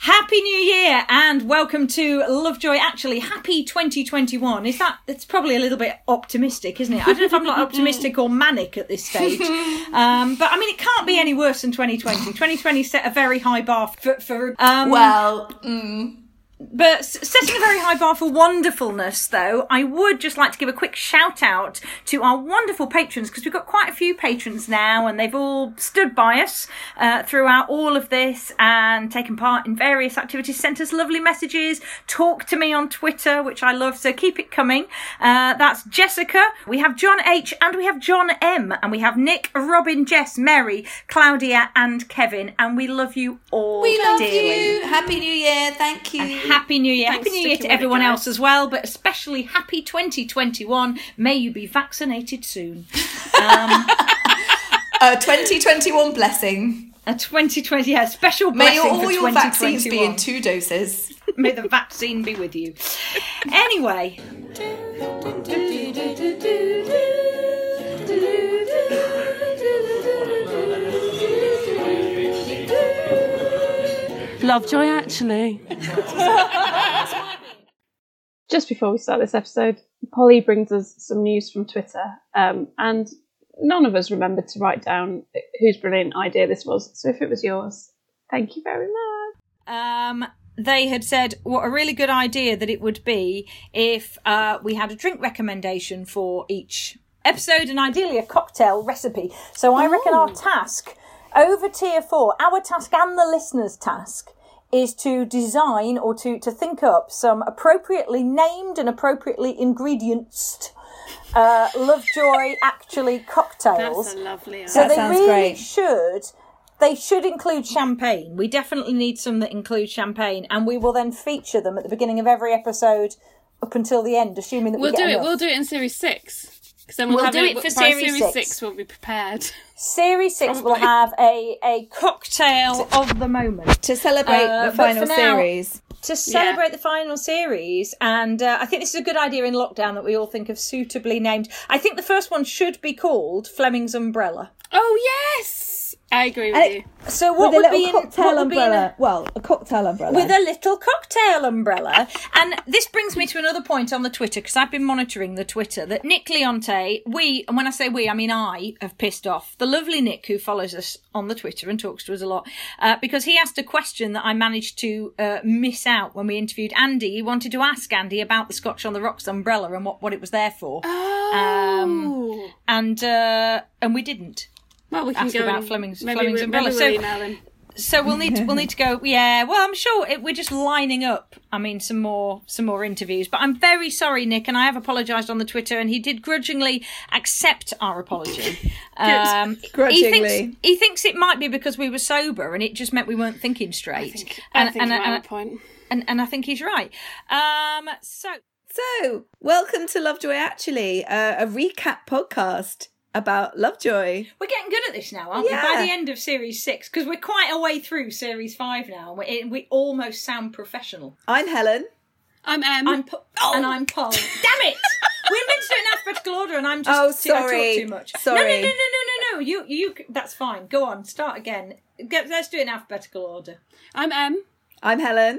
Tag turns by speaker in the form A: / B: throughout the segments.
A: Happy New Year and welcome to Lovejoy. Actually, happy 2021. Is that? It's probably a little bit optimistic, isn't it? I don't know if I'm not optimistic or manic at this stage, um, but I mean, it can't be any worse than 2020. 2020 set a very high bar for. for um,
B: Well, mm,
A: but s- setting a very high bar for wonderfulness, though, I would just like to give a quick shout out to our wonderful patrons because we've got quite a few patrons now and they've all stood by us uh, throughout all of this and taken part in various activities, sent us lovely messages, talked to me on Twitter, which I love, so keep it coming. Uh, that's Jessica, we have John H, and we have John M, and we have Nick, Robin, Jess, Mary, Claudia, and Kevin, and we love you all
B: we love
A: dearly.
B: you. Happy New Year. Thank you.
A: Happy New Year.
C: Thanks,
A: happy New Year
C: Sticky
A: to everyone
C: Wanna Go.
A: else as well, but especially happy 2021. May you be vaccinated soon.
B: A 2021 Uh, blessing.
A: A 2020, yeah, special
B: May
A: blessing
B: all
A: for
B: your
A: 2021.
B: vaccines be in two doses.
A: May the vaccine be with you. Anyway,
D: Lovejoy, actually. Just before we start this episode, Polly brings us some news from Twitter, um, and none of us remembered to write down whose brilliant idea this was. So if it was yours, thank you very much.
A: um, they had said what a really good idea that it would be if uh, we had a drink recommendation for each episode and ideally a cocktail recipe. So I reckon our task over tier four, our task and the listeners' task is to design or to, to think up some appropriately named and appropriately ingredienced uh, Lovejoy actually cocktails.
C: That's a lovely
A: So
B: That
A: they
B: sounds
A: really
B: great.
A: should. They should include champagne. We definitely need some that include champagne, and we will then feature them at the beginning of every episode up until the end, assuming that
C: We'll
A: we get
C: do it.
A: enough.
C: We'll do it in series six. Because then we'll,
A: We'll
C: have
A: do it for
C: by
A: series
C: series
A: six.
C: We'll be prepared.
A: Series six will have a a cocktail of the moment.
B: To celebrate
A: Uh, but
B: the final
A: for now-
B: series.
A: to celebrate the final series and uh, i think this is a good idea in lockdown that we all think of suitably named i think the first one should be called fleming's umbrella
C: Oh yes, I agree with
B: And
C: you.
B: it-
A: so what
B: with a
A: would be
B: little
A: in
B: cocktail
A: what would be in a-
B: umbrella. Well, a cocktail umbrella.
A: with a little cocktail umbrella. and this brings me to another point on the Twitter because I've been monitoring the Twitter that Nick Leonte, we, and when I say we, I mean I, have pissed off the lovely Nick who follows us on the Twitter and talks to us a lot uh, because he asked a question that I managed to uh, miss out when we interviewed Andy. He wanted to ask Andy about the Scotch on the Rocks umbrella and what, what it was there for, Um,
C: Oh.
A: and uh, and we didn't.
C: well, we can
A: ask
C: go
A: about
C: and-
A: Fleming's-
C: maybe
A: Fleming's
C: we,
A: umbrella.
C: Maybe
A: So-
C: we'll email him.
A: So we'll need to, we'll need to go. Yeah, well, I'm sure it, we're just lining up. I mean, some more some more interviews. But I'm very sorry, Nick, and I have apologised on the Twitter, and he did grudgingly accept our apology. Um, He thinks,
B: Grudgingly.
A: he thinks it might be because we were sober, and it just meant we weren't thinking straight.
C: I
A: and,
C: think
A: and,
C: you might have
A: and,
C: a point.
A: and and I think he's right. Um, so
B: So, welcome to Lovejoy Actually, uh, a recap podcast about Lovejoy.
A: we're getting good at this now, aren't we? By
B: Yeah.
A: the end of series six, because we're quite a way through series five now, and we, we almost sound professional.
B: I'm Helen.
C: I'm Em.
A: I'm po- and I'm Paul. Damn it! We're meant to do it in alphabetical order, and I'm just
B: Oh,
A: too- I talk
B: sorry.
A: too much.
B: Sorry.
A: No, no, no, no, no, no, no. You, you. c- That's fine. Go on. Start again. Get, let's do it in alphabetical order.
C: I'm Em.
B: I'm Helen.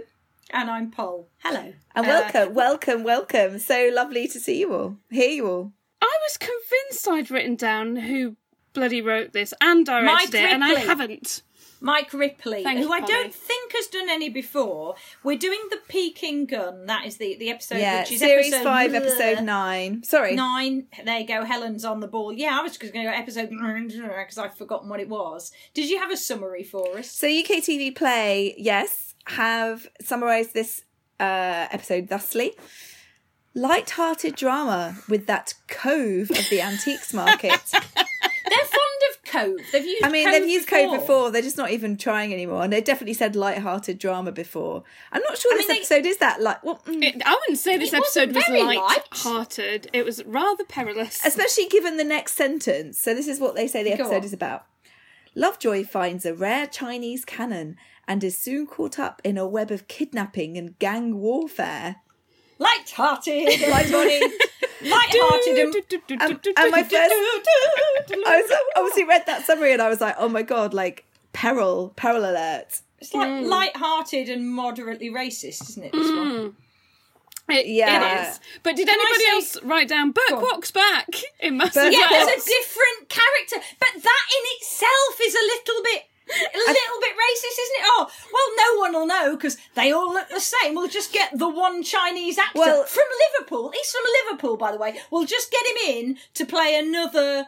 A: And I'm Paul. Hello.
B: And
A: Uh,
B: welcome, welcome, welcome. So lovely to see you all, hear you all.
C: I was convinced I'd written down who bloody wrote this and directed
A: Mike
C: it, and I
A: Ripley.
C: haven't.
A: Mike Ripley,
C: Thank
A: who
C: you,
A: I
C: Polly.
A: don't think has done any before. We're doing the Peking Gun. That is the the episode.
B: Yeah,
A: which is
B: series
A: episode
B: five, episode nine. Sorry.
A: Nine. There you go. Helen's on the ball. Yeah, I was just going to go episode because I've forgotten what it was. Did you have a summary for us?
B: So UK TV Play, yes, have summarised this uh, episode thusly. Light-hearted drama with that cove of the antiques market.
A: They're fond of Cove. They've used.
B: I mean,
A: Cove
B: they've used cove before. They're just not even trying anymore. And they definitely said light-hearted drama before. I'm not sure
A: mean,
B: this
A: they-
B: episode is that like. Well, mm.
C: It, I wouldn't say this
A: It wasn't
C: episode was
A: very light.
C: light-hearted. It was rather perilous.
B: especially given the next sentence. So this is what they say the
A: Go
B: episode
A: on.
B: is about. Lovejoy finds a rare Chinese cannon and is soon caught up in a web of kidnapping and gang warfare.
A: Light-hearted,
B: My body.
A: light-hearted, and
B: Um, and my first, I was I obviously read that summary and I was like, oh my god, like peril, peril alert.
A: It's like light-hearted and moderately racist, isn't it? This
B: Mm.
A: one.
C: It,
B: Yeah.
C: it is. But did
A: Can I
C: anybody
A: say-
C: else write down Burke
A: on.
C: walks back in massive
B: Burke-
A: Yeah,
C: yeah,
A: there's a different character, but that in itself is a little bit. A little bit racist, isn't it? Oh, well, no one will know because they all look the same. We'll just get the one Chinese actor
B: Well-
A: from Liverpool. He's from Liverpool, by the way. We'll just get him in to play another.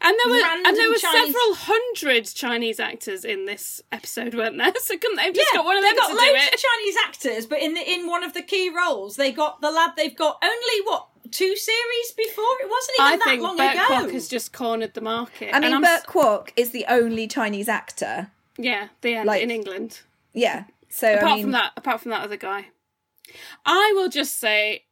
C: And there were and there
A: Random
C: were
A: Chinese-
C: several hundred Chinese actors in this episode, weren't there? So couldn't they have just
A: Yeah,
C: got one of them
A: they've got
C: to do
A: loads
C: it?
A: of Chinese actors, but in the in one of the key roles, they got the lad. They've got only what two series before. It wasn't even
C: I
A: that
C: think
A: long
C: Bert
A: ago.
C: Kwok has just cornered the market.
B: I mean,
C: and I'm
B: Bert
C: s-
B: Kwok is the only Chinese actor.
C: yeah, the end
B: like-
C: in England.
B: Yeah. So
C: Apart
B: I mean,
C: from that, apart from that other guy, I will just say,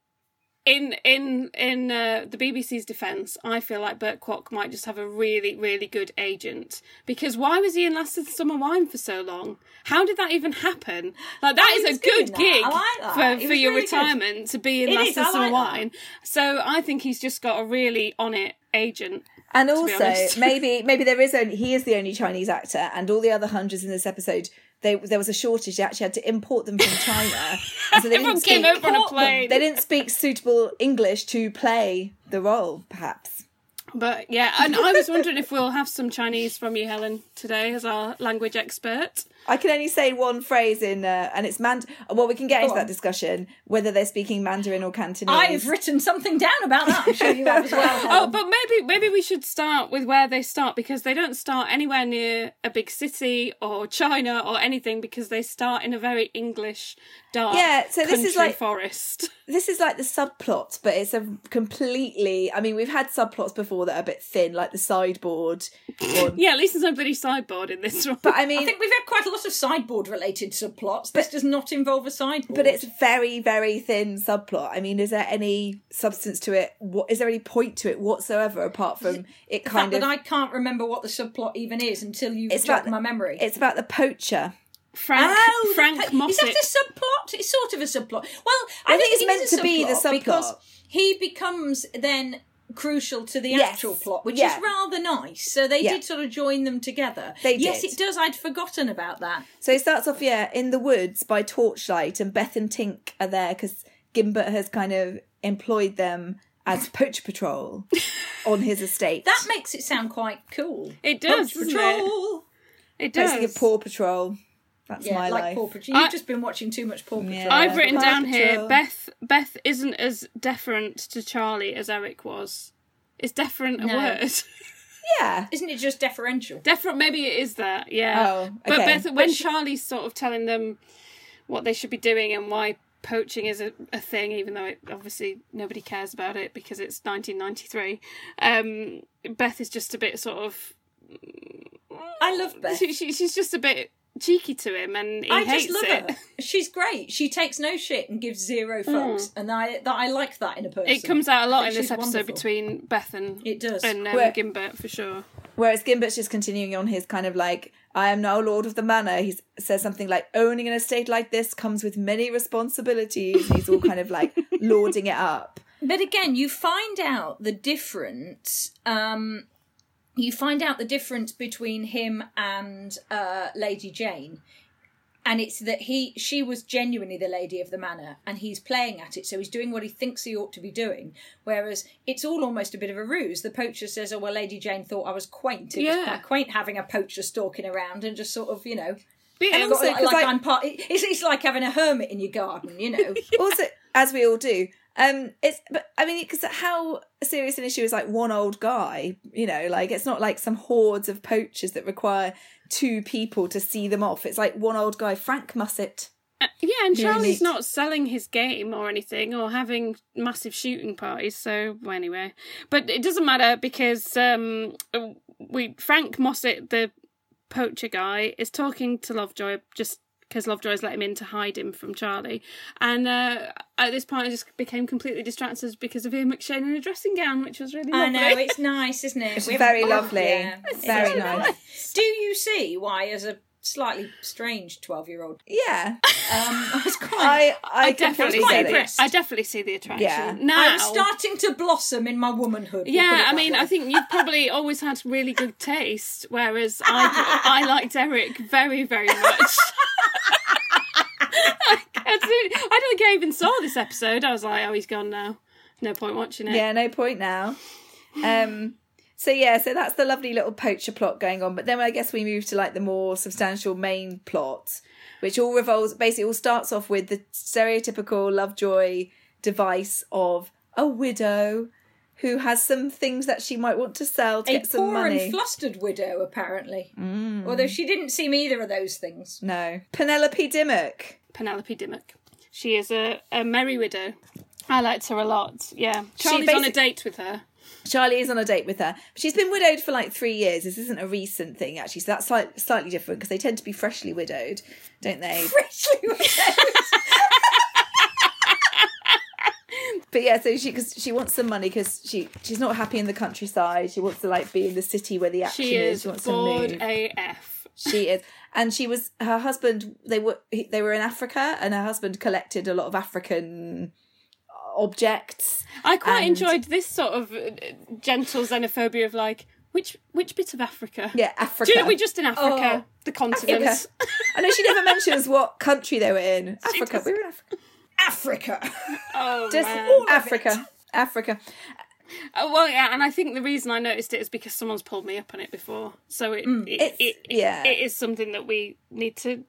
C: in in in uh, the BBC's defence, I feel like Bert Kwok might just have a really really good agent because why was he in Last of the Summer Wine for so long? How did that even happen? Like that
A: Oh, he
C: is
A: was
C: a
A: good in
C: good
A: that.
C: gig
A: I like that. He
C: for for
A: was
C: your
A: really good.
C: retirement to be in
A: It
C: Last
A: is,
C: of
A: I
C: the Summer
A: like that.
C: Wine. So I think he's just got a really on it agent.
B: and
C: be
B: also
C: honest.
B: maybe maybe there is only he is the only Chinese actor, and all the other hundreds in this episode, they there was a shortage. They actually had to import them from China, and so they
C: Everyone
B: didn't
C: came
B: speak.
C: over on a
A: Portland.
C: plane.
B: They didn't speak suitable English to play the role, perhaps.
C: But yeah, and I was wondering if we'll have some Chinese from you, Helen, today as our language expert.
B: I can only say one phrase in, uh, and it's Mandarin. Well, we can get into that discussion whether they're speaking Mandarin or Cantonese.
A: I've written something down about that. I'm sure you have as well.
C: Oh, but maybe maybe we should start with where they start because they don't start anywhere near a big city or China or anything because they start in a very English dark
B: Yeah, so this is
C: country
B: like-
C: forest.
B: this is like the subplot, but it's a completely. I mean, we've had subplots before that are a bit thin, like the sideboard one.
C: Yeah, at least there's no bloody sideboard in this one.
B: But I mean,
A: I think we've had quite a lot of sideboard related subplots. This does not involve a sideboard.
B: but it's very, very thin subplot. I mean, is there any substance to it? What is there any point to it whatsoever apart from
A: the fact
B: it kind
A: that
B: of?
A: I can't remember what the subplot even is until you
B: It's
A: jog
B: about-
A: my memory.
B: It's about the poacher.
C: Frank
A: Oh,
C: Frank
A: the-
C: Moffat.
A: Is that a subplot? It's sort of a subplot. Well, I,
B: I
A: don't
B: think it's
A: it
B: meant
A: is a
B: to be the subplot.
A: because he becomes then crucial to the
B: Yes.
A: actual plot, which
B: Yeah.
A: is rather nice. So they
B: Yeah.
A: did sort of join them together.
B: They
A: yes,
B: did.
A: it does. I'd forgotten about that.
B: So it starts off, yeah, in the woods by torchlight, and Beth and Tink are there because Gimbert has kind of employed them as poacher patrol on his estate.
A: That makes it sound quite cool.
C: It does,
A: Paw
C: doesn't
A: Patrol.
C: it
B: basically
C: does.
B: Paw Patrol. That's
A: Yeah,
B: my
A: like
B: life.
A: Paw Patrol. You've
C: I-
A: just been watching too much Paw Patrol.
B: Yeah.
C: I've written
B: Paw
C: down here
B: Patrol.
C: Beth Beth isn't as deferent to Charlie as Eric was. Is deferent a
A: No.
C: word?
B: yeah.
A: Isn't it just deferential?
C: Deferent, maybe it is that, yeah.
B: Oh,
C: But
B: okay.
C: Beth, when Charlie's sort of telling them what they should be doing and why poaching is a, a thing, even though it, obviously nobody cares about it because it's 1993, um, Beth is just a bit sort of.
A: I love Beth.
C: She, she, she's just a bit cheeky to him and he
A: I
C: hates
A: just love
C: it. Mm.
A: her. She's great. She takes no shit and gives zero fucks, and I that I like that in a person.
C: It comes out a
A: I
C: lot in
A: think
C: this
A: she's
C: episode
A: wonderful.
C: between Beth and
A: It does.
C: and um,
B: Where-
C: Gimbert for sure.
B: Whereas Gimbert's just continuing on his kind of like, I am now Lord of the Manor. He says something like, owning an estate like this comes with many responsibilities. And he's all kind of like lording it up.
A: But again, you find out the difference. Um, you find out the difference between him and uh, Lady Jane, and it's that he she was genuinely the lady of the manor, and he's playing at it, so he's doing what he thinks he ought to be doing. Whereas it's all almost a bit of a ruse. The poacher says, "Oh well, Lady Jane thought I was quaint. It was
C: Yeah.
A: quite quaint having a poacher stalking around and just sort of, you know."
C: And
A: got-
B: also, 'cause
A: like
B: I-
A: I'm part. It's, it's like having a hermit in your garden, you know.
B: Also, as we all do. Um, it's but I mean, because how serious an issue is like one old guy, you know, like it's not like some hordes of poachers that require two people to see them off. It's like one old guy, Frank Musset.
C: Uh, yeah, and
B: Really
C: Charlie's
B: neat.
C: not selling his game or anything or having massive shooting parties. So well, anyway, but it doesn't matter because um, we Frank Mossett, the poacher guy, is talking to Lovejoy just because Lovejoy's let him in to hide him from Charlie. And uh, at this point, I just became completely distracted because of Ian McShane in a dressing gown, which was really
A: I
C: lovely.
A: know it's nice, isn't it?
B: It's
A: We
B: very
A: haven't-
B: lovely. It's
A: it
B: very
A: is
B: nice.
A: Do you see why, as a slightly strange twelve-year-old,
B: Yeah,
A: um, I was quite,
B: I I,
C: I
B: completely
C: definitely,
A: quite
B: get
C: see
B: it.
C: the,
A: impressed.
C: I definitely see the attraction.
B: Yeah. I
A: I
C: Now,
A: was starting to blossom in my womanhood. we'll put it
C: Yeah, I
A: that
C: mean,
A: way.
C: I think you've probably always had really good taste, whereas I, I liked Eric very, very much. I even saw this episode, I was like, oh, he's gone now. No point watching it.
B: Yeah, no point now. Um, so yeah, so that's the lovely little poacher plot going on. But then I guess we move to like the more substantial main plot, which all revolves basically all starts off with the stereotypical Lovejoy device of a widow who has some things that she might want to sell to
E: A
B: get some
E: poor
B: money. Mm.
E: and flustered widow, apparently. Although she didn't seem either of those things.
B: no, Penelope Dimmock.
C: Penelope Dimmock. She is a, a merry widow. I liked her a lot. Yeah. Charlie's on a
B: basic-
C: date with her.
B: Charlie is on a date with her. She's been widowed for like three years. This isn't a recent thing, actually. So that's slight, slightly different because they tend to be freshly widowed, don't they?
E: Freshly widowed.
B: But yeah, so she cause she wants some money because she she's not happy in the countryside. She wants to like be in the city where the action
C: She is
B: She wants to
C: bored
B: move.
C: AF.
B: she is, and she was her husband. They were he- they were in Africa, and her husband collected a lot of African objects.
C: I quite
B: And-
C: enjoyed this sort of uh, gentle xenophobia of like, which which bit of Africa?
B: Yeah, Africa.
C: Do you know, we're just in Africa, the continent.
B: Africa. I know she never mentions what country they were in. Africa.
C: doesn't.
B: We were in Africa.
E: Africa.
C: Oh,
B: Just
C: man.
B: Africa. Africa.
C: Oh, well, yeah, and I think the reason I noticed it is because someone's pulled me up on it before. So it, it,
B: Mm. It's-
C: it, it-
B: yeah.
C: it is something that we need to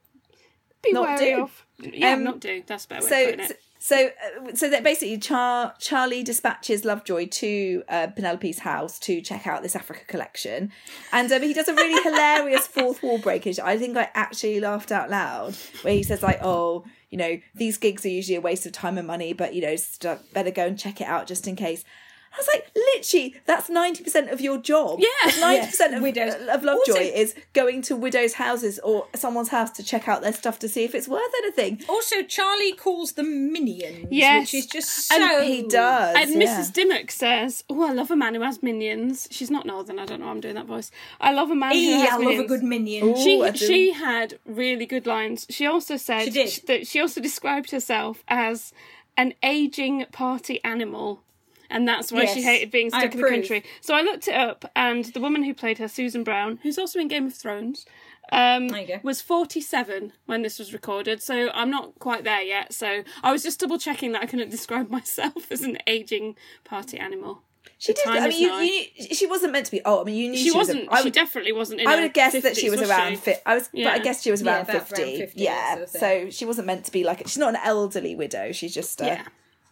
C: be
B: Not
C: wary
B: do.
C: of. Yeah,
B: Um,
C: not do. That's a better way of
B: so
C: putting it.
B: so uh, so that basically Char- Charlie dispatches Lovejoy to uh, Penelope's house to check out this Africa collection, and um, he does a really hilarious fourth wall breakage. I think I actually laughed out loud where he says like, "Oh, you know, these gigs are usually a waste of time and money, but you know, st- better go and check it out just in case." I was like, literally, that's ninety percent of your job.
C: Yeah.
B: ninety percent of uh,
E: Widows.
B: of Lovejoy
E: Also-
B: is going to widows' houses or someone's house to check out their stuff to see if it's worth anything.
E: also, Charlie calls them minions,
C: Yes.
E: which is just so.
C: And
B: He does.
C: And
B: yeah.
C: Mrs. Dimmock says, "Oh, I love a man who has minions." She's not northern. I don't know. why I'm doing that voice. I love a man who
E: Eee,
C: has
E: I love
C: minions.
E: a good minion.
B: Ooh.
C: she
B: I do.
C: she had really good lines. She also said
E: She did.
C: that she also described herself as an aging party animal. And that's why she
E: Yes,
C: hated being
E: I
C: stuck in the
E: approve.
C: country. So I looked it up, and the woman who played her, Susan Brown, who's also in Game of Thrones, um,
E: There you go.
C: was 47 when this was recorded. So I'm not quite there yet. So I was just double checking that I couldn't describe myself as an aging party animal.
B: She did.
C: time
B: I
C: is
B: mean, you,
C: now.
B: you, she wasn't meant to be. Oh, I mean, you knew
C: She,
B: she,
C: wasn't.
B: Was a, I
C: she
B: would,
C: definitely wasn't. In
B: I
C: her
B: would have guessed that
C: 50s,
B: she was, around. Fi- I was,
C: Yeah.
B: but I guess she was
E: Yeah,
B: around
E: about around
B: fifty.
E: 50,
B: yeah.
E: sort of thing.
B: so she wasn't meant to be like. She's not an elderly widow. She's just a,
C: Yeah.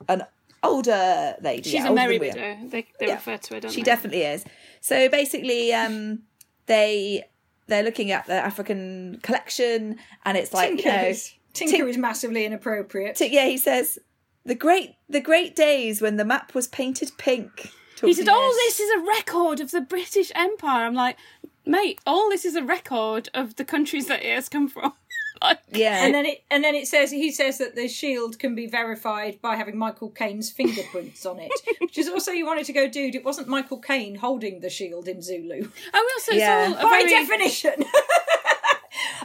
B: an older lady.
C: She's
B: yeah,
C: a
B: older
C: merry
B: than we are.
C: widow. They, they
B: Yeah.
C: refer to her, don't
B: She
C: they?
B: definitely is. So basically, um, they they're looking at the African collection, and it's like
E: Tinker,
B: you know,
E: is, Tinker is massively inappropriate.
B: t- yeah, he says the great the great days when the map was painted pink.
C: He said, "Oh, "All this is a record of the British Empire." I'm like, mate, all this is a record of the countries that it has come from. like,
B: yeah,
E: and then it and then it says he says that the shield can be verified by having Michael Caine's fingerprints on it, which is also you wanted to go, dude. It wasn't Michael Caine holding the shield in Zulu
C: oh, also,
B: Yeah.
C: it's all a
E: by
C: very-
E: definition.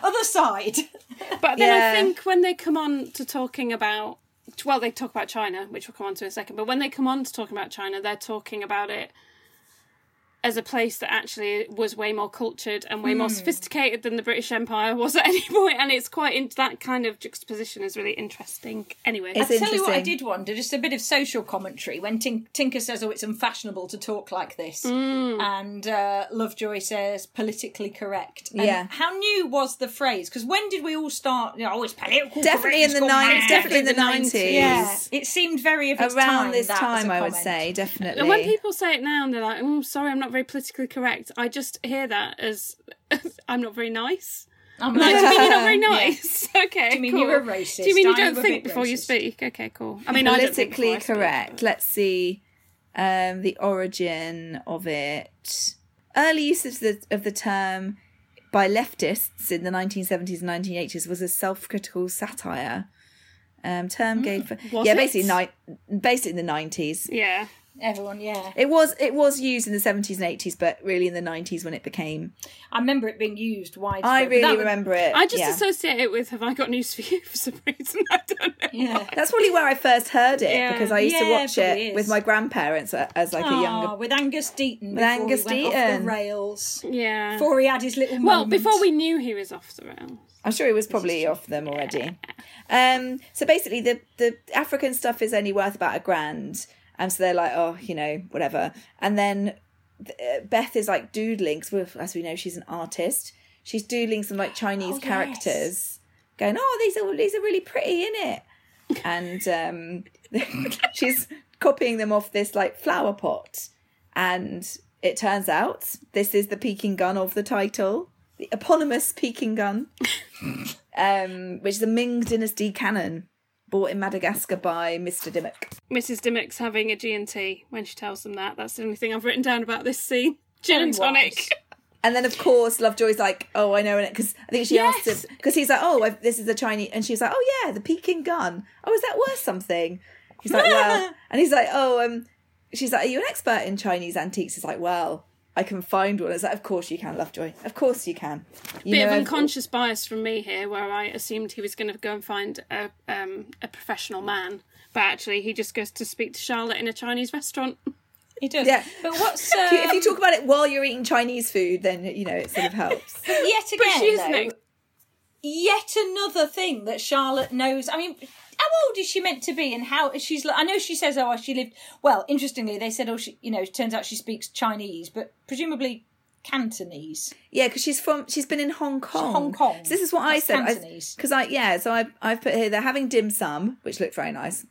E: Other side.
C: But then I
B: Yeah.
C: think when they come on to talking about, well, they talk about China, which we'll come on to in a second. But when they come on to talking about China, they're talking about it as a place that actually was way more cultured and way more sophisticated than the British Empire was at any point. And it's quite in, that kind of juxtaposition is really interesting. Anyway,
B: It's
C: I-
E: I tell you what I
B: interesting.
E: did wonder, just a bit of social commentary when Tin- Tinker says, "Oh, it's unfashionable to talk like this,"
B: Hmm.
E: and uh, Lovejoy says, "Politically correct." And
B: Yeah.
E: How new was the phrase? Because when did we all start? You know, oh, it's political.
B: definitely in
E: correctness
B: the
E: gone
B: nineties.
E: mad."
B: Definitely in the
C: Definitely the
B: nineties.
E: Yeah, it seemed very of its
B: around
E: time,
B: this
E: that as
B: time,
E: a
B: I would
E: comment.
B: say definitely.
C: And when people say it now and they're like, "Oh, sorry, I'm not very politically correct," I just hear that as "I'm not very nice."
E: I'm
C: Like, do you
E: like,
C: mean you're not very nice? Okay. Do
E: you mean you're a racist?
C: Do you mean you
E: I am
C: don't
E: a
C: think
E: bit
C: before you
E: racist.
C: speak? Okay, cool. I mean, I don't think before
B: politically
C: I speak,
B: correct.
C: but-
B: Let's see um, the origin of it. Early usage of the, of the term by leftists in the 1970s and 1980s was a self-critical satire. Um, term gained for
C: Mm, was
B: yeah,
C: it?
B: basically ni- basically in the 90s.
C: Yeah.
A: Everyone, yeah.
B: It was it was used in the seventies and eighties, but really in the nineties when it became.
A: I remember it being used widely.
B: I really remember it.
C: I just
B: yeah.
C: associate it with "Have I got news for you?" for some reason. I don't know.
A: Yeah.
B: That's probably where I first heard it
C: Yeah.
B: because I used to
A: Yeah,
B: watch it
A: probably is.
B: with my grandparents a- as like a
A: Ah,
B: younger.
A: with Angus Deaton. With
B: Angus
A: Angus he went Off
B: Deaton.
A: the rails.
C: Yeah.
A: Before he had his little.
C: well,
A: moment.
C: before we knew he was off the rails.
B: I'm sure it was probably off them already. Um, so basically, the the African stuff is only worth about a grand, and so they're like, oh, you know, whatever. And then uh, Beth is like doodling, 'cause we're as we know, she's an artist. She's doodling some like Chinese
A: Oh, yes.
B: characters, going, oh, these are these are really pretty, innit? And um, she's copying them off this like flower pot, and it turns out this is the Peking gun of the title, the eponymous Peking gun, um, which is a Ming Dynasty cannon bought in Madagascar by Mister Dimmock.
C: Mrs. Dimmock's having a G and T when she tells them that. That's the only thing I've written down about this scene. Gin and
A: Very wise.
C: tonic.
B: And then, of course, Lovejoy's like, "Oh, I know," and because I think she
C: Yes.
B: asked him because he's like, "Oh, I've, this is a Chinese," and she's like, "Oh yeah, the Peking gun. Oh, is that worth something?" He's like, "Well," and he's like, "Oh, um," she's like, "Are you an expert in Chinese antiques?" He's like, "Well, I can find one." It's like, "Of course you can, Lovejoy. Of course you can." You
C: Bit
B: know,
C: of
B: I've-
C: unconscious bias from me here, where I assumed he was going to go and find a um, a professional man, but actually he just goes to speak to Charlotte in a Chinese restaurant.
A: he does.
B: Yeah.
A: But what's um,
B: If you- if you talk about it while you're eating Chinese food, then you know it sort of helps.
A: yet again?
C: But she's
A: though,
C: next.
A: yet another thing that Charlotte knows. I mean, how old is she meant to be, and how she's? I know she says, "Oh, she lived." Well, interestingly, they said, "Oh, she," you know, it turns out she speaks Chinese, but presumably Cantonese.
B: Yeah, because she's from she's been in Hong Kong.
A: Hong Kong.
B: So this is what
A: That's
B: I said.
A: Cantonese.
B: Because I, yeah, so I I've put here they're having dim sum, which looked very nice.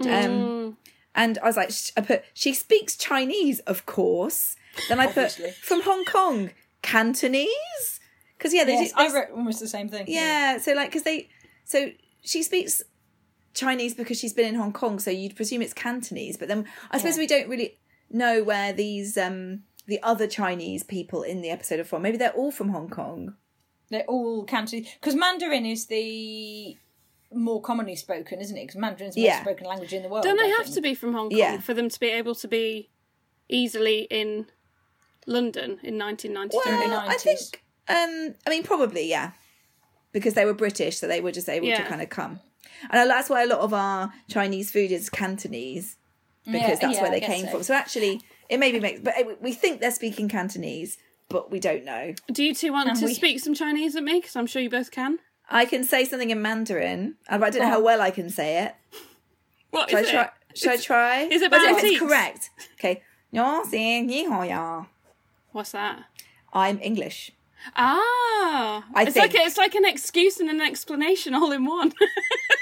B: Um, and I was like, sh- I put she speaks Chinese, of course. Then I put
A: Obviously.
B: from Hong Kong, Cantonese. Because yeah, they
A: Yes,
B: do, they
A: I wrote almost the same thing.
B: yeah, so like because they so she speaks Chinese because she's been in Hong Kong, so you'd presume it's Cantonese. But then I suppose we don't really know where these um the other Chinese people in the episode are from. Maybe they're all from Hong Kong.
A: They're all Cantonese because Mandarin is the more commonly spoken, isn't it? Because Mandarin's the
B: Yeah.
A: most spoken language in the world.
C: Don't
A: I
C: they have
A: think.
C: to be from Hong Kong
B: Yeah.
C: for them to be able to be easily in London in 1993?
A: Well,
B: I
A: 90s.
B: think um I mean probably yeah, because they were British, so they were just able to
C: Yeah.
B: kind of come. And uh, that's why a lot of our Chinese food is Cantonese because
A: Yeah,
B: that's
A: yeah,
B: where
A: I
B: they
A: guess
B: came
A: so.
B: from. So actually, it maybe makes but it- we think they're speaking Cantonese, but we don't know.
C: Do you two want
A: And
C: to
A: we-
C: speak some Chinese at me? Because I'm sure you both can.
B: I can say something in Mandarin, uh, but I don't know how well I can say it.
C: What
B: Should
C: Oh. is
B: I
C: it?
B: try? Should I try?
C: is it
B: I don't know
C: about
B: if it's
C: antiques?
B: correct. Okay. No, saying ni hao ya.
C: What's that?
B: I'm English.
C: Ah,
B: I
C: it's
B: think-
C: like a, it's like an excuse and an explanation all in one.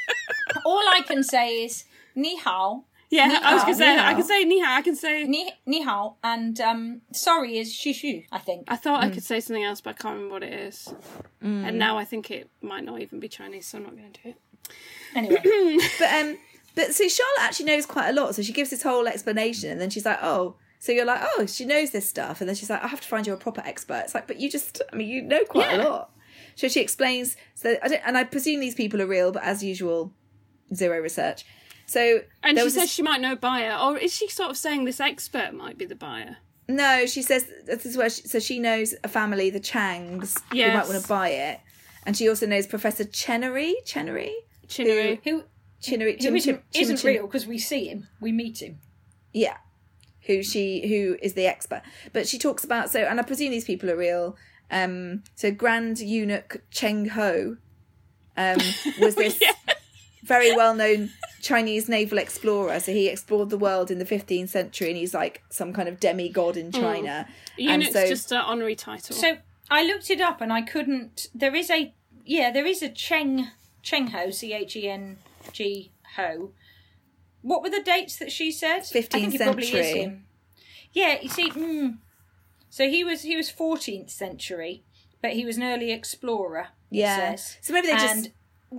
A: All I can say is ni hao,
C: yeah, I was
A: hao,
C: gonna
B: ni
C: say that. I
B: hao.
C: can say ni hao. I can say.
A: ni, ni hao, and um, sorry is shishu. I think.
C: I thought
B: mm.
C: I could say something else, but I can't remember what it is. And now I think it might not even be Chinese, so I'm not going to do it.
A: Anyway,
B: But um, but so Charlotte actually knows quite a lot. So she gives this whole explanation, and then she's like, "Oh." So you're like, "Oh, she knows this stuff," and then she's like, "I have to find you a proper expert." It's like, but you just, I mean, you know quite a
C: Yeah.
B: lot. So she explains. So I don't, and I presume these people are real, but as usual, zero research. So
C: And
B: there
C: she
B: was
C: says
B: this-
C: she might know buyer, or is she sort of saying this expert might be the buyer?
B: No, she says this is where she, so she knows a family, the Changs, who might
C: Yes.
B: want to buy it, and she also knows Professor Chenery, Chenery,
C: Chinnery.
A: who
B: Chenery, Chim-
A: who isn't,
B: Chim- Chim-
A: isn't
B: Chin-
A: real because we see him, we meet him.
B: yeah, who she who is the expert, but she talks about so, and I presume these people are real. Um, so Grand Eunuch Cheng Ho um, was this very well known Chinese naval explorer. So he explored the world in the 15th century, and he's like some kind of demigod in
A: Mm.
B: China. And
C: Eunuch's
B: so-
C: just an honorary title.
A: So I looked it up and I couldn't. There is a yeah, there is a Cheng Cheng Ho C H E N G Ho. What were the dates that she said?
B: 15th
A: I think it probably is
B: century.
A: him. Yeah, you see, mm, so he was he was 14th century, but he was an early explorer. it
B: Yeah.
A: says.
B: So maybe they just-
A: and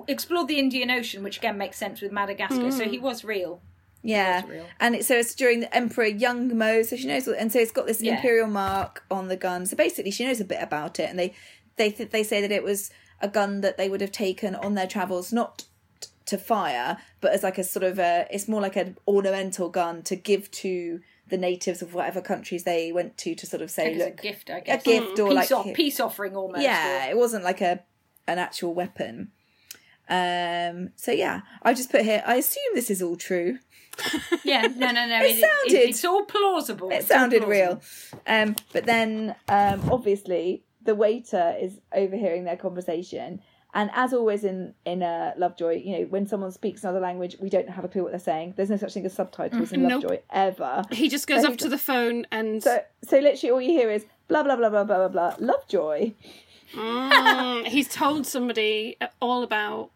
A: explored the Indian Ocean, which again makes sense with Madagascar. So
B: Hmm.
A: he was real.
B: Yeah,
A: That's real.
B: and it, so it's during the Emperor Young Mo, so she knows, all- and so it's got this
A: Yeah.
B: imperial mark on the gun. So basically, she knows a bit about it, and they they th- they say that it was a gun that they would have taken on their travels, not t- to fire, but as like a sort of a, it's more like an ornamental gun to give to the natives of whatever countries they went to to sort of say,
A: It's a
B: look,
A: gift, I guess.
B: gift or
A: peace,
B: like-
A: off- peace offering almost.
B: yeah, it wasn't like a an actual weapon. Um, so yeah, I just put here. I assume this is all true.
A: or- yeah. No, no, no.
B: It sounded-
A: it's all plausible.
B: It
A: It's all
B: sounded real.
A: plausible.
B: Um, but then, um, obviously, the waiter is overhearing their conversation. And as always in in uh, Lovejoy, you know, when someone speaks another language, we don't have a clue what they're saying. There's no such thing as subtitles in
C: Mm, Nope.
B: Lovejoy ever.
C: He just goes
B: So-
C: up to the phone and
B: So, so literally, all you hear is blah blah blah blah blah blah blah. Lovejoy.
C: Mm, he's told somebody all about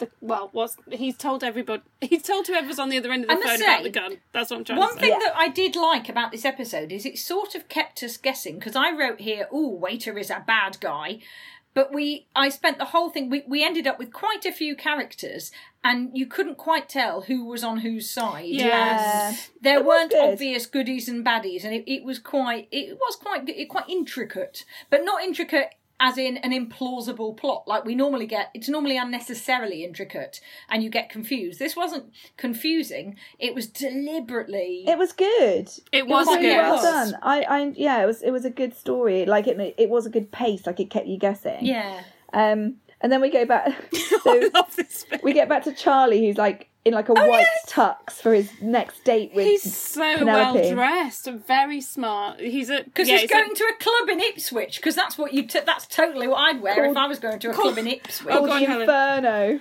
C: the well. What's he's told everybody? He's told whoever's on the other end of the
A: I must
C: phone about
A: say,
C: the gun. That's what I'm trying
A: One
C: to say.
A: thing that I did like about this episode is it sort of kept us guessing because I wrote here, "Oh, waiter is a bad guy," but we I spent the whole thing. We we ended up with quite a few characters, and you couldn't quite tell who was on whose side.
C: Yes.
A: There
B: was
A: weren't
B: good.
A: obvious goodies and baddies, and it, it was quite it was quite it, quite intricate, but not intricate as in an implausible plot like we normally get. It's normally unnecessarily intricate, and you get confused. This wasn't confusing; it was deliberately.
B: It was good.
C: It was
B: really
A: good. It
B: well
A: was.
B: done. I, I, yeah, it was it was a good story. Like it, it was a good pace. Like it kept you guessing.
A: yeah.
B: Um, and then we go back.
C: I
B: So
C: love this bit.
B: we get back to Charlie, who's like in like a white tux for his next date with.
C: Oh, He's so
B: Penelope.
C: well dressed, and very smart. He's a
A: Because
C: yeah,
A: he's
C: a-
A: going to a club in Ipswich. Because that's what you. T- that's totally what I'd wear if I was going to a club in Ipswich.
C: Oh,
B: called
C: go on, Helen.
B: Inferno.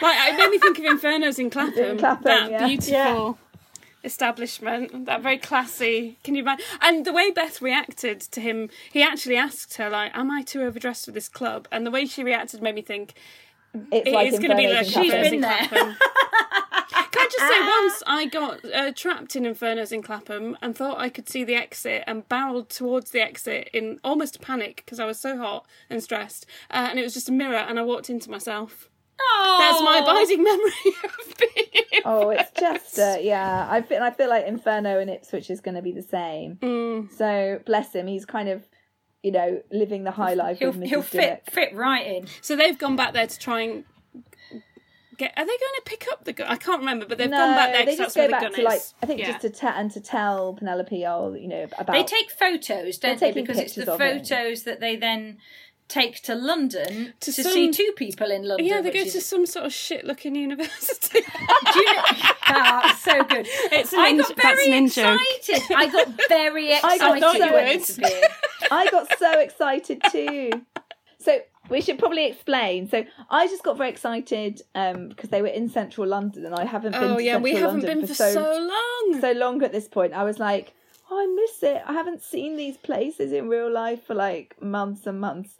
C: Like it made me think of Infernos in Clapham.
B: In Clapham,
C: that
B: yeah.
C: beautiful establishment, that very classy. Can you imagine? And the way Beth reacted to him, he actually asked her like, "Am I too overdressed for this club?" And the way she reacted made me think
B: It's
C: it
B: like
C: is going to be
B: Inferno
C: like
B: in
A: She's
B: Clapham.
C: Infernos
A: been
C: in
A: there.
C: Clapham. Can I just say,
B: Ah.
C: once I got uh, trapped in Infernos in Clapham and thought I could see the exit and barreled towards the exit in almost a panic because I was so hot and stressed. Uh, and it was just a mirror, and I walked into myself. That's my abiding memory of being. in
B: Oh, it's just uh, yeah. I feel I feel like Inferno and Ipswich is going to be the same.
C: Mm.
B: So bless him. He's kind of, you know, living the high life
A: He'll,
B: with Mrs.
A: he'll fit
B: Dimmock.
A: fit right in.
C: So they've gone back there to try and get. Are they going to pick up the gun? I can't remember, but they've
B: no,
C: gone back there
B: they just
C: because that's
B: go
C: where the
B: back
C: gun
B: to
C: is.
B: like I think
C: Yeah.
B: just to tell and to tell Penelope, oh, you know about
A: They take photos, don't
B: They're
A: they?
B: taking
A: Because it's the
B: pictures of it.
A: photos that they then take to London to,
C: some-
A: see two people in London.
C: yeah, they
A: which
C: go
A: is-
C: to some sort of shit-looking university.
A: Do you know- Ah, so good.
C: It's an
A: I
C: in-
A: got
C: that's
A: very
C: an in joke.
A: excited. I got very excited.
B: got so
A: when it
C: excited.
A: appeared.
B: I got so excited too. So we should probably explain. So I just got very excited um because they were in central London and I haven't been.
C: oh
B: to
C: yeah, we
B: central
C: haven't
B: London
C: been for so, long.
B: so long at this point. I was like, oh, I miss it. I haven't seen these places in real life for like months and months.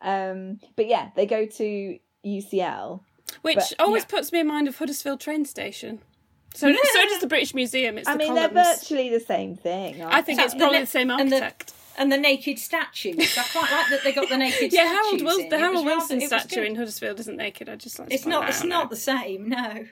B: Um, but yeah, they go to UCL.
C: Which
B: but-
C: always puts me in mind of Huddersfield train station. So, so does the British Museum. It's
B: I
C: the
B: mean,
C: columns.
B: they're virtually the same thing. aren't
C: I think
A: So
C: it's probably
A: the-
C: the same
A: and the-
C: architect.
A: And the naked statues. I quite like that they got the naked
C: yeah,
A: statues.
C: Harold Wilson,
A: in. It
C: the
A: was
C: Harold
A: rather-
C: Wilson
A: it was
C: statue
A: good.
C: in Huddersfield isn't naked. I just like to
A: It's
C: point
A: not.
C: that
A: It's
C: out now.
A: not the same. No.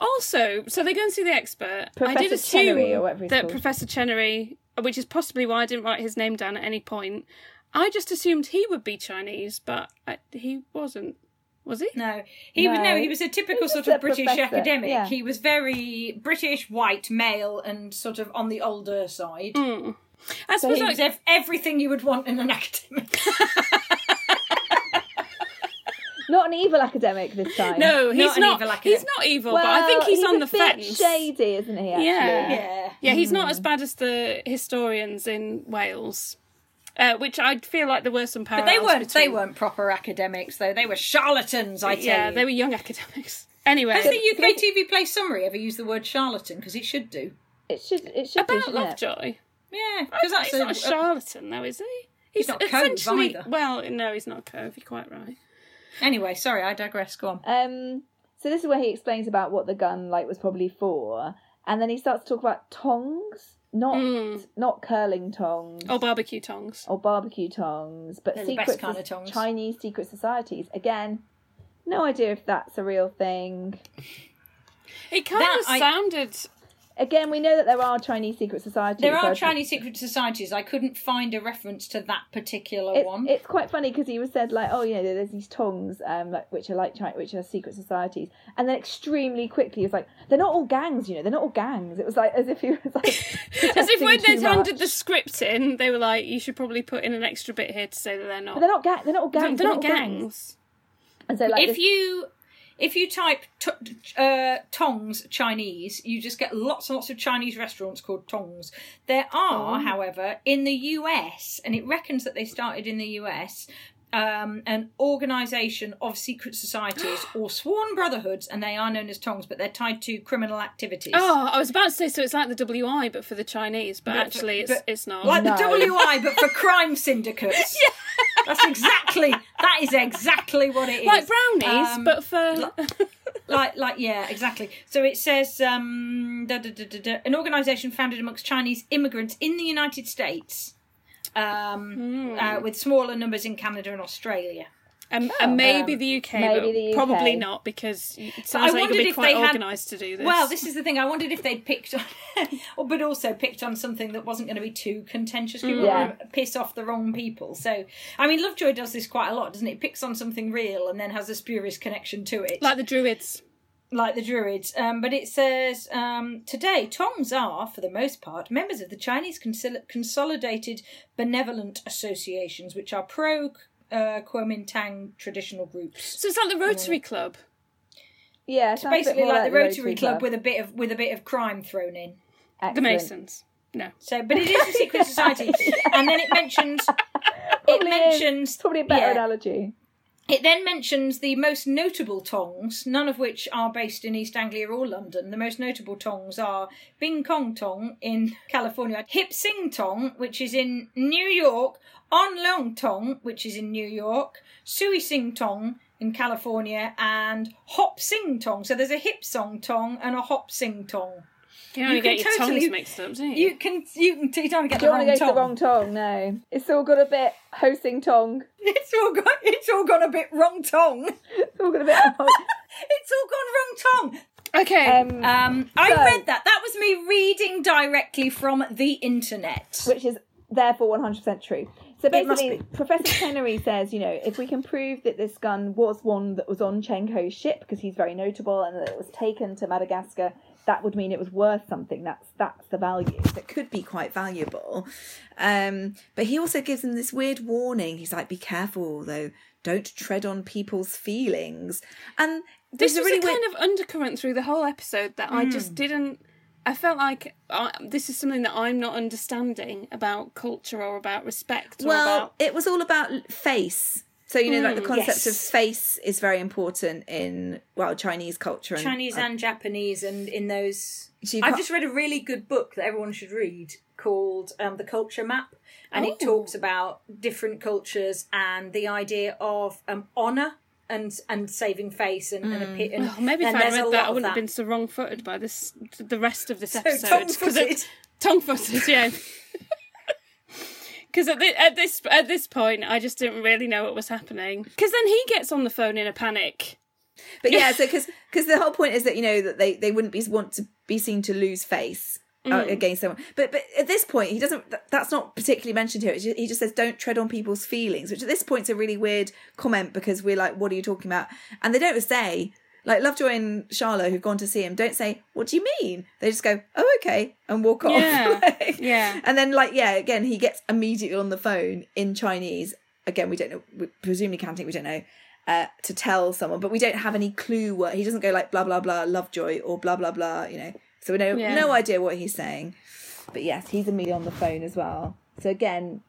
C: Also, so they go and see the expert. I did
B: Professor
C: assume
B: Chenery or whatever he's
C: that
B: called.
C: Professor Chenery, which is possibly why I didn't write his name down at any point, I just assumed he would be Chinese, but I, he wasn't. Was he?
A: No, he was no.
B: No.
A: He was a typical
B: He's
A: sort
B: just
A: of
B: a
A: British
B: professor,
A: academic.
B: yeah.
A: He was very British, white, male, and sort of on the older side.
C: I suppose
A: He
C: I-
A: was ev- everything you would want in an academic.
B: Not an evil academic this time.
C: no,
A: Not
C: he's
A: an
C: not.
A: evil
C: he's
A: academic.
C: not evil,
B: Well,
C: but I think he's, on
B: a
C: the
B: bit
C: fence.
B: Shady, isn't he? Actually?
C: Yeah.
A: yeah.
C: Yeah, he's
A: Hmm.
C: not as bad as the historians in Wales, uh, which I feel like there were some
A: But
C: parallels.
A: they weren't. They
C: between-
A: weren't proper academics, though. They were charlatans. I tell
C: Yeah,
A: you.
C: they were young academics. Anyway,
A: Has the UK TV play summary ever used the word charlatan? Because it should do.
B: It should. It should be.
C: about
B: shouldn't it?
C: Lovejoy.
A: Yeah, because that's
C: he's not a charlatan, though, is he? He's,
A: uh, not Cove
C: essentially
A: either.
C: well, no, he's not Cove. You're quite right.
A: anyway. Sorry, I digress. Go on.
B: Um, so this is where he explains about what the gun like was probably for, and then he starts to talk about tongs, not
A: Mm.
B: not curling tongs
C: Or barbecue tongs.
B: or barbecue tongs, but
A: They're the best
B: secret
A: kind of tongs.
B: Chinese secret societies. Again, no idea if that's a real thing.
C: It kind
A: That
C: of
A: I-
C: sounded
D: again, we know that there are Chinese secret societies.
A: There
D: so
A: are
D: I-
A: Chinese secret societies. I couldn't find a reference to that particular
D: It's,
A: one.
D: it's quite funny because he was said like, oh, you know, there's these tongs, um, like which are like China, which are secret societies, and then extremely quickly he was like, they're not all gangs, you know, they're not all gangs. It was like as if he was like,
C: As if when
D: protesting
C: they'd
D: too
C: handed
D: much.
C: the script in, they were like, you should probably put in an extra bit here to say that they're not.
D: But they're not gang. They're not all gangs.
C: they're not
D: all
C: gangs.
D: And so, like,
A: if
D: this-
A: you if you type t- uh, tongs Chinese, you just get lots and lots of Chinese restaurants called tongs. There
C: Oh.
A: are, however, in the US, and it reckons that they started in the US. Um, an organization of secret societies or sworn brotherhoods, and they are known as tongs, but they're tied to criminal activities.
C: Oh, I was about to say, so it's like the WI, but for the Chinese, but,
A: But-
C: actually it's,
A: but-
C: it's not.
A: like the
D: No.
A: WI, but for crime syndicates. yeah, that's exactly that is exactly what it is.
C: like brownies,
A: Um,
C: but for.
A: like like yeah exactly so it says um da, da, da, da, da, an organization founded amongst chinese immigrants in the united states um uh, with smaller numbers in canada and australia
C: Um, and maybe the UK, but
D: maybe the
C: probably
D: UK.
C: not because it sounds
A: I
C: like you'll
A: wondered
C: be
A: if
C: quite
A: they had-
C: organised to do this.
A: well this is the thing i wondered if they'd picked on or- but also picked on something that wasn't going to be too contentious you
D: Yeah.
A: piss off the wrong people so i mean lovejoy does this quite a lot doesn't it picks on something real and then has a spurious connection to it
C: like the Druids.
A: like the Druids. Um, but it says um, today, Tongs are, for the most part, members of the Chinese Consil- Consolidated Benevolent Associations, which are pro uh, Kuomintang traditional groups.
C: So it's like the Rotary Club.
D: yeah, sounds a bit
A: Basically,
D: more
A: like the Rotary, Club, with a bit of with a bit of crime thrown in.
C: The
D: Excellent.
C: Masons. No.
A: So, but it is a secret society, and then it mentions it
D: Probably is.
A: mentions
D: Oh, Probably a better
A: yeah.
D: analogy.
A: It then mentions the most notable tongs, none of which are based in East Anglia or London. The most notable tongs are Bing Kong Tong in California, Hip Sing Tong, which is in New York, On Long Tong, which is in New York, Sui Sing Tong in California, and Hop Sing Tong. So there's a Hip Song Tong and a Hop Sing Tong.
C: You only
A: can
C: get your
A: totally-
C: tongues mixed up, don't you?
A: You can you can you don't get
D: Do you
A: the
D: want
A: wrong tong.
D: to go to the wrong tong? No, it's all got a bit hosting tong.
A: It's all got it's all gone a bit wrong tong.
D: It's all got a bit.
A: It's all gone wrong tong.
C: Okay.
D: Um,
A: Um, I
D: So-
A: read that. That was me reading directly from the internet.
D: which is therefore 100% true. So
A: must
D: basically, Professor Tenery says, you know, if we can prove that this gun was one that was on Cheng Ho's ship, because he's very notable, and that it was taken to Madagascar, that would mean it was worth something. That's that's the value that could be quite valuable. Um, but he also gives them this weird warning. He's like, be careful though, don't tread on people's feelings. And
C: this
D: there's
C: was a kind of undercurrent through the whole episode that I
A: Hmm.
C: just didn't. I felt like I, this is something that I'm not understanding about culture or about respect. Or
B: well
C: about,
B: it was all about l- face so you know like the concept of
A: yes.
B: face is very important in well chinese culture and
A: Chinese and Japanese, and in those,
B: So you
A: I've
B: can't-
A: just read a really good book that everyone should read called um, "The Culture Map," and
C: Oh.
A: it talks about different cultures and the idea of um, honor and and saving face and, and, appe- and
C: Oh, maybe if
A: and
C: I'd
A: there's a
C: read
A: lot
C: that, I
A: of
C: wouldn't have
A: that.
C: been so wrong footed by this. The rest of this
A: So
C: episode. 'cause it-
A: tongue-footed.
C: tongue footed, yeah. Because at, thi- at this at this point, I just didn't really know what was happening. Because then he gets on the phone in a panic.
B: but yeah so because the whole point is that you know that they they wouldn't be want to be seen to lose face uh, against someone but but at this point he doesn't th- that's not particularly mentioned here It's ju- he just says don't tread on people's feelings which at this point's a really weird comment because we're like what are you talking about and they don't say like Lovejoy and Charlotte, who've gone to see him, don't say, "What do you mean?" They just go, "Oh, okay," and walk off.
C: Yeah.
B: Like-
C: Yeah.
B: And then, like, yeah, again, he gets immediately on the phone in Chinese. Again, we don't know. We presumably Canton, we don't know. Uh, to tell someone, but we don't have any clue what he doesn't go like blah blah blah Lovejoy or blah blah blah. You know, so we know
C: Yeah.
B: no idea what he's saying. But yes, he's immediately on the phone as well. So again,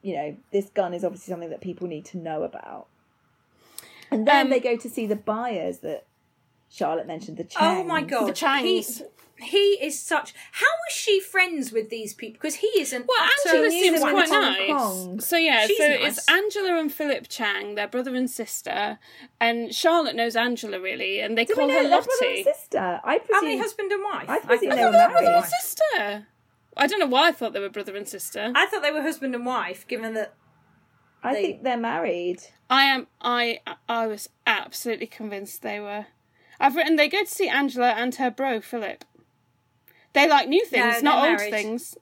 B: you know, this gun is obviously something that people need to know about. And then
C: Um,
B: they go to see the buyers that Charlotte mentioned. The
A: Oh my
B: Changs.
A: god,
C: The Changs.
A: He, he is such. How was she friends with these people? Because he is an.
C: Well,
A: utter
C: Angela
B: he
C: seems
B: is in
C: quite
B: Hong
C: nice.
B: Kong.
C: So yeah,
A: She's
C: so
A: nice.
C: it's Angela and Philip Chang, their brother and sister, and Charlotte knows Angela really, and they
B: Do we
C: call
B: know
C: her
B: their brother and
C: Lottie.
B: sister. I
A: Are they
B: presume.
A: husband and wife?
B: I presume
A: thought they
B: they were
A: were
B: married.
A: brother and sister.
C: Sister. I don't know why I thought they were brother and sister.
A: I thought they were husband and wife, given that
B: I
A: they-
B: think they're married.
C: I am. I. I was absolutely convinced they were. I've written they go to see Angela and her bro Philip. They like new
A: No,
C: things,
A: they're
C: not old
A: married.
C: things.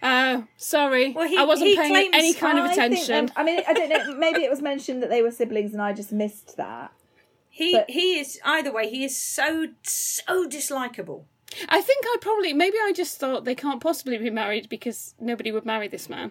C: Uh, sorry,
A: Well, he-
C: I wasn't
A: he
C: paying it
A: claims-
C: any kind of
B: I think
C: attention.
B: them- uh, I mean, I don't know. Maybe it was mentioned that they were siblings, and I just missed that.
A: He
B: But-
A: he is either way. He is so so dislikable.
C: I think I probably maybe I just thought they can't possibly be married because nobody would marry this man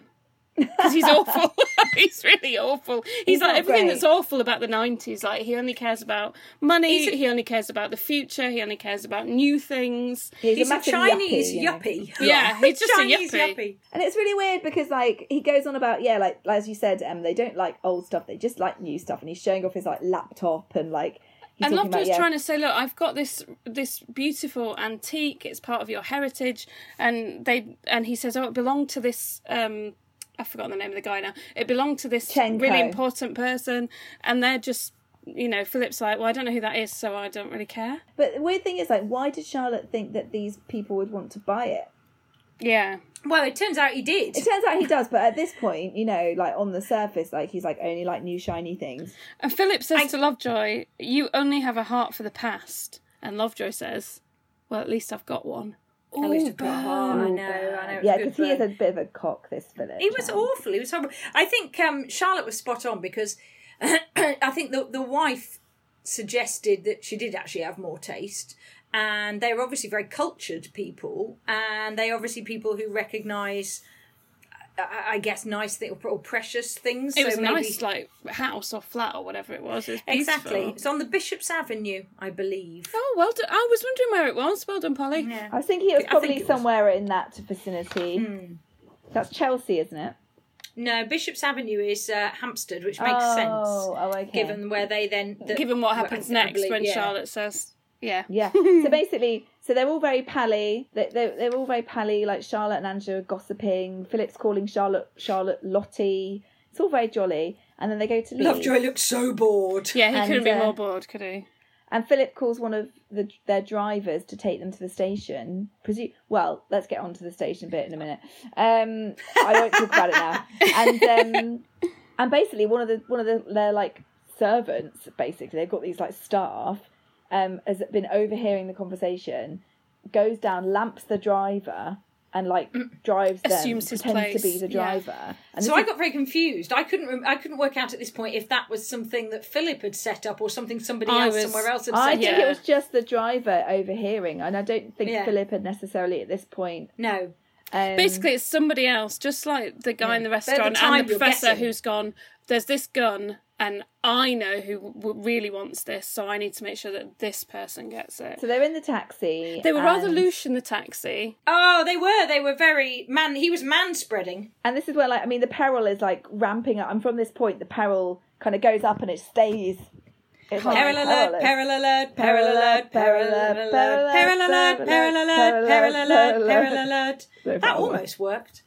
C: because he's awful. he's really awful. He's,
B: He's
C: like
B: not
C: everything
B: great.
C: that's awful about the nineties. Like he only cares about money. he only cares about the future. He only cares about new things.
A: He's, a,
B: massive
A: Chinese
B: you know.
A: yuppie.
C: Yeah, he's just a
A: Chinese
C: yuppie.
B: And it's really weird because, like, he goes on about, yeah, like, like, as you said, um, they don't like old stuff, they just like new stuff. And he's showing off his, like, laptop and, like, he's
C: And
B: talking
C: Loftus
B: about,
C: was
B: yeah,
C: trying to say, look, I've got this this beautiful antique. It's part of your heritage, and they and he says, oh, it belonged to this. um I've forgotten the name of the guy now. It belonged to this
B: Chenko.
C: really important person, and they're just, you know, Philip's like, well, I don't know who that is, so I don't really care.
B: But the weird thing is, like, why did Charlotte think that these people would want to buy it?
C: Yeah,
A: Well, it turns out he did.
B: It turns out he does, but at this point, you know, like, on the surface, like, he's like, only like new shiny things.
C: and Philip says to Lovejoy, you only have a heart for the past, and Lovejoy says, well, at least I've got one.
A: Oh,
C: Ooh,
A: I know, I know.
B: yeah,
A: it's
B: because
A: good
B: he is
A: burn.
B: a bit of a cock, this Philip.
A: He was awful. He was horrible. I think um, Charlotte was spot on because I think the the wife suggested that she did actually have more taste, and they were obviously very cultured people, and they are obviously people who recognise, I- I, I guess, nice thi- or precious things.
C: It was a nice, like house or flat or whatever it was. It was beautiful.
A: exactly. It's on the Bishop's Avenue, I believe.
C: Oh, well done. I was wondering where it was. Well done, Polly.
B: I was thinking it was
A: I think
B: probably
A: it was- Hmm.
B: somewhere in that vicinity. That's Chelsea, isn't it?
A: No, Bishop's Avenue is uh, Hampstead, which makes
B: oh,
A: sense
B: Oh, okay.
A: given where they then the-
C: Given what
A: I
C: happens
A: believe-
C: next when
A: yeah.
C: Charlotte says, yeah.
B: Yeah. so basically, so they're all very pally. They, they, they're all very pally. Like Charlotte and Andrew are gossiping. Philip's calling Charlotte Charlotte Lottie. It's all very jolly. And then they go to leave.
A: Lovejoy looked so bored.
C: Yeah, he
B: And,
C: couldn't be
B: uh,
C: more bored, could he?
B: And Philip calls one of the, their drivers to take them to the station. Presu- well, let's get on to the station bit in a minute. Um, I won't talk about it now. And um, and basically, one of the one of the, their like servants, basically, they've got these like staff, um, has been overhearing the conversation, goes down, lamps the driver, and like drives them,
C: Mm. Assumes his
B: pretends to
C: place,
B: be the
C: yeah.
B: driver. And
A: So
B: this
A: I
B: is-
A: got very confused. I couldn't. Rem- I couldn't work out at this point if that was something that Philip had set up or something somebody
C: I
A: else
C: was-
A: somewhere else had
B: I
A: set
B: think
A: up.
B: it was just the driver overhearing, and I don't think
A: Yeah.
B: Philip had necessarily at this point
A: No,
B: Um,
C: Basically, it's somebody else, just like the guy in the
A: at the
C: restaurant
A: time
C: and the
A: you're
C: professor
A: guessing.
C: who's gone, there's this gun, and I know who w- really wants this, so I need to make sure that this person gets it.
B: so they're in the taxi.
C: They were rather
B: and-
C: loose in the taxi.
A: oh, they were. They were very man. He was man spreading.
B: And this is where, like, I mean, the peril is like ramping up. And from this point, the peril kind of goes up and it stays. It's like,
A: Peril alert!
B: perilous.
A: Peril alert! Peril alert! Oh, Peril alert! Peril alert! Peril alert! Peril alert! Peril alert! That almost worked.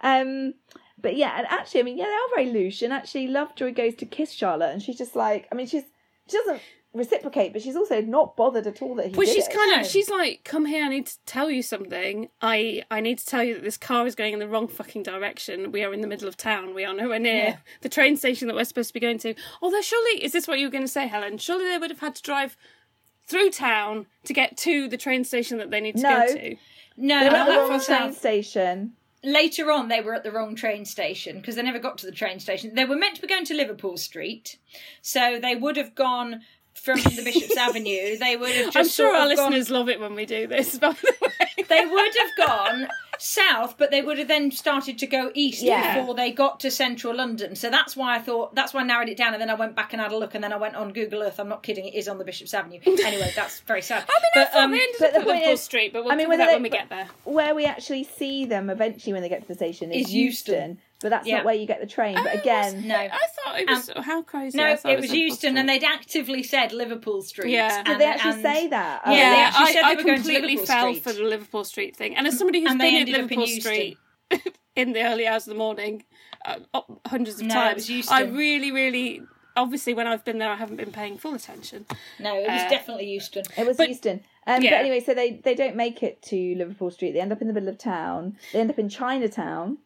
B: Um, but yeah, and actually, I mean, yeah, they are very loose. And actually, Lovejoy goes to kiss Charlotte, and she's just like, I mean, she's she doesn't reciprocate, but she's also not bothered at all that he.
C: Well,
B: did
C: she's
B: it.
C: kind of she's like, "Come here, I need to tell you something. I I need to tell you that this car is going in the wrong fucking direction. We are in the middle of town. We are nowhere near the train station that we're supposed to be going to. Although, surely is this what you were going to say, Helen? Surely they would have had to drive through town to get to the train station that they need to
B: No.
C: go to.
A: No,
B: They're
A: not
B: at the
A: that far
B: wrong train
A: south.
B: station.
A: later on they were at the wrong train station because they never got to the train station they were meant to be going to liverpool street so they would have gone from the bishops avenue they would have just
C: I'm sure
A: sort
C: our
A: of gone-
C: listeners love it when we do this. By the way,
A: they would have gone south but they would have then started to go east
B: Yeah.
A: before they got to central london so that's why i thought that's why i narrowed it down and then i went back and had a look and then i went on google earth i'm not kidding it is on the bishops avenue anyway that's very sad but,
C: Well,
A: um,
C: they ended
B: but
C: up
B: the
C: at
B: point
C: Liverpool
B: is-
C: Street, but we'll
B: I mean, whether
C: cover that
B: they-
C: when we get there.
B: where we actually see them eventually when they get to the station is,
A: Is
B: Euston,
A: Euston.
B: but that's
A: Yeah.
B: not where you get the train. But
C: Oh,
B: again,
A: no
C: I thought it
B: Um,
C: was how crazy.
A: no,
C: I thought
A: it was
C: Liverpool
A: Euston,
C: Street.
A: and they'd actively said Liverpool Street.
C: Yeah. Did
B: did
A: and-
B: they actually
A: and-
B: say that? Oh,
A: Yeah,
C: Yeah,
A: they actually
C: I,
A: said they
C: I
A: were going to
C: completely
A: Liverpool
C: fell
A: Street.
C: for the Liverpool Street thing. And as somebody who's
A: And they
C: been at
A: ended up in
C: Liverpool
A: Euston.
C: Street in the early hours of the morning uh, up- hundreds of
A: No, it
C: times,
A: was Euston.
C: I really, really, obviously, when I've been there, I haven't been paying full attention.
A: No, it was definitely Euston.
B: It was Euston. Um,
C: yeah.
B: But anyway, so they, they don't make it to Liverpool Street. They end up in the middle of town. They end up in Chinatown.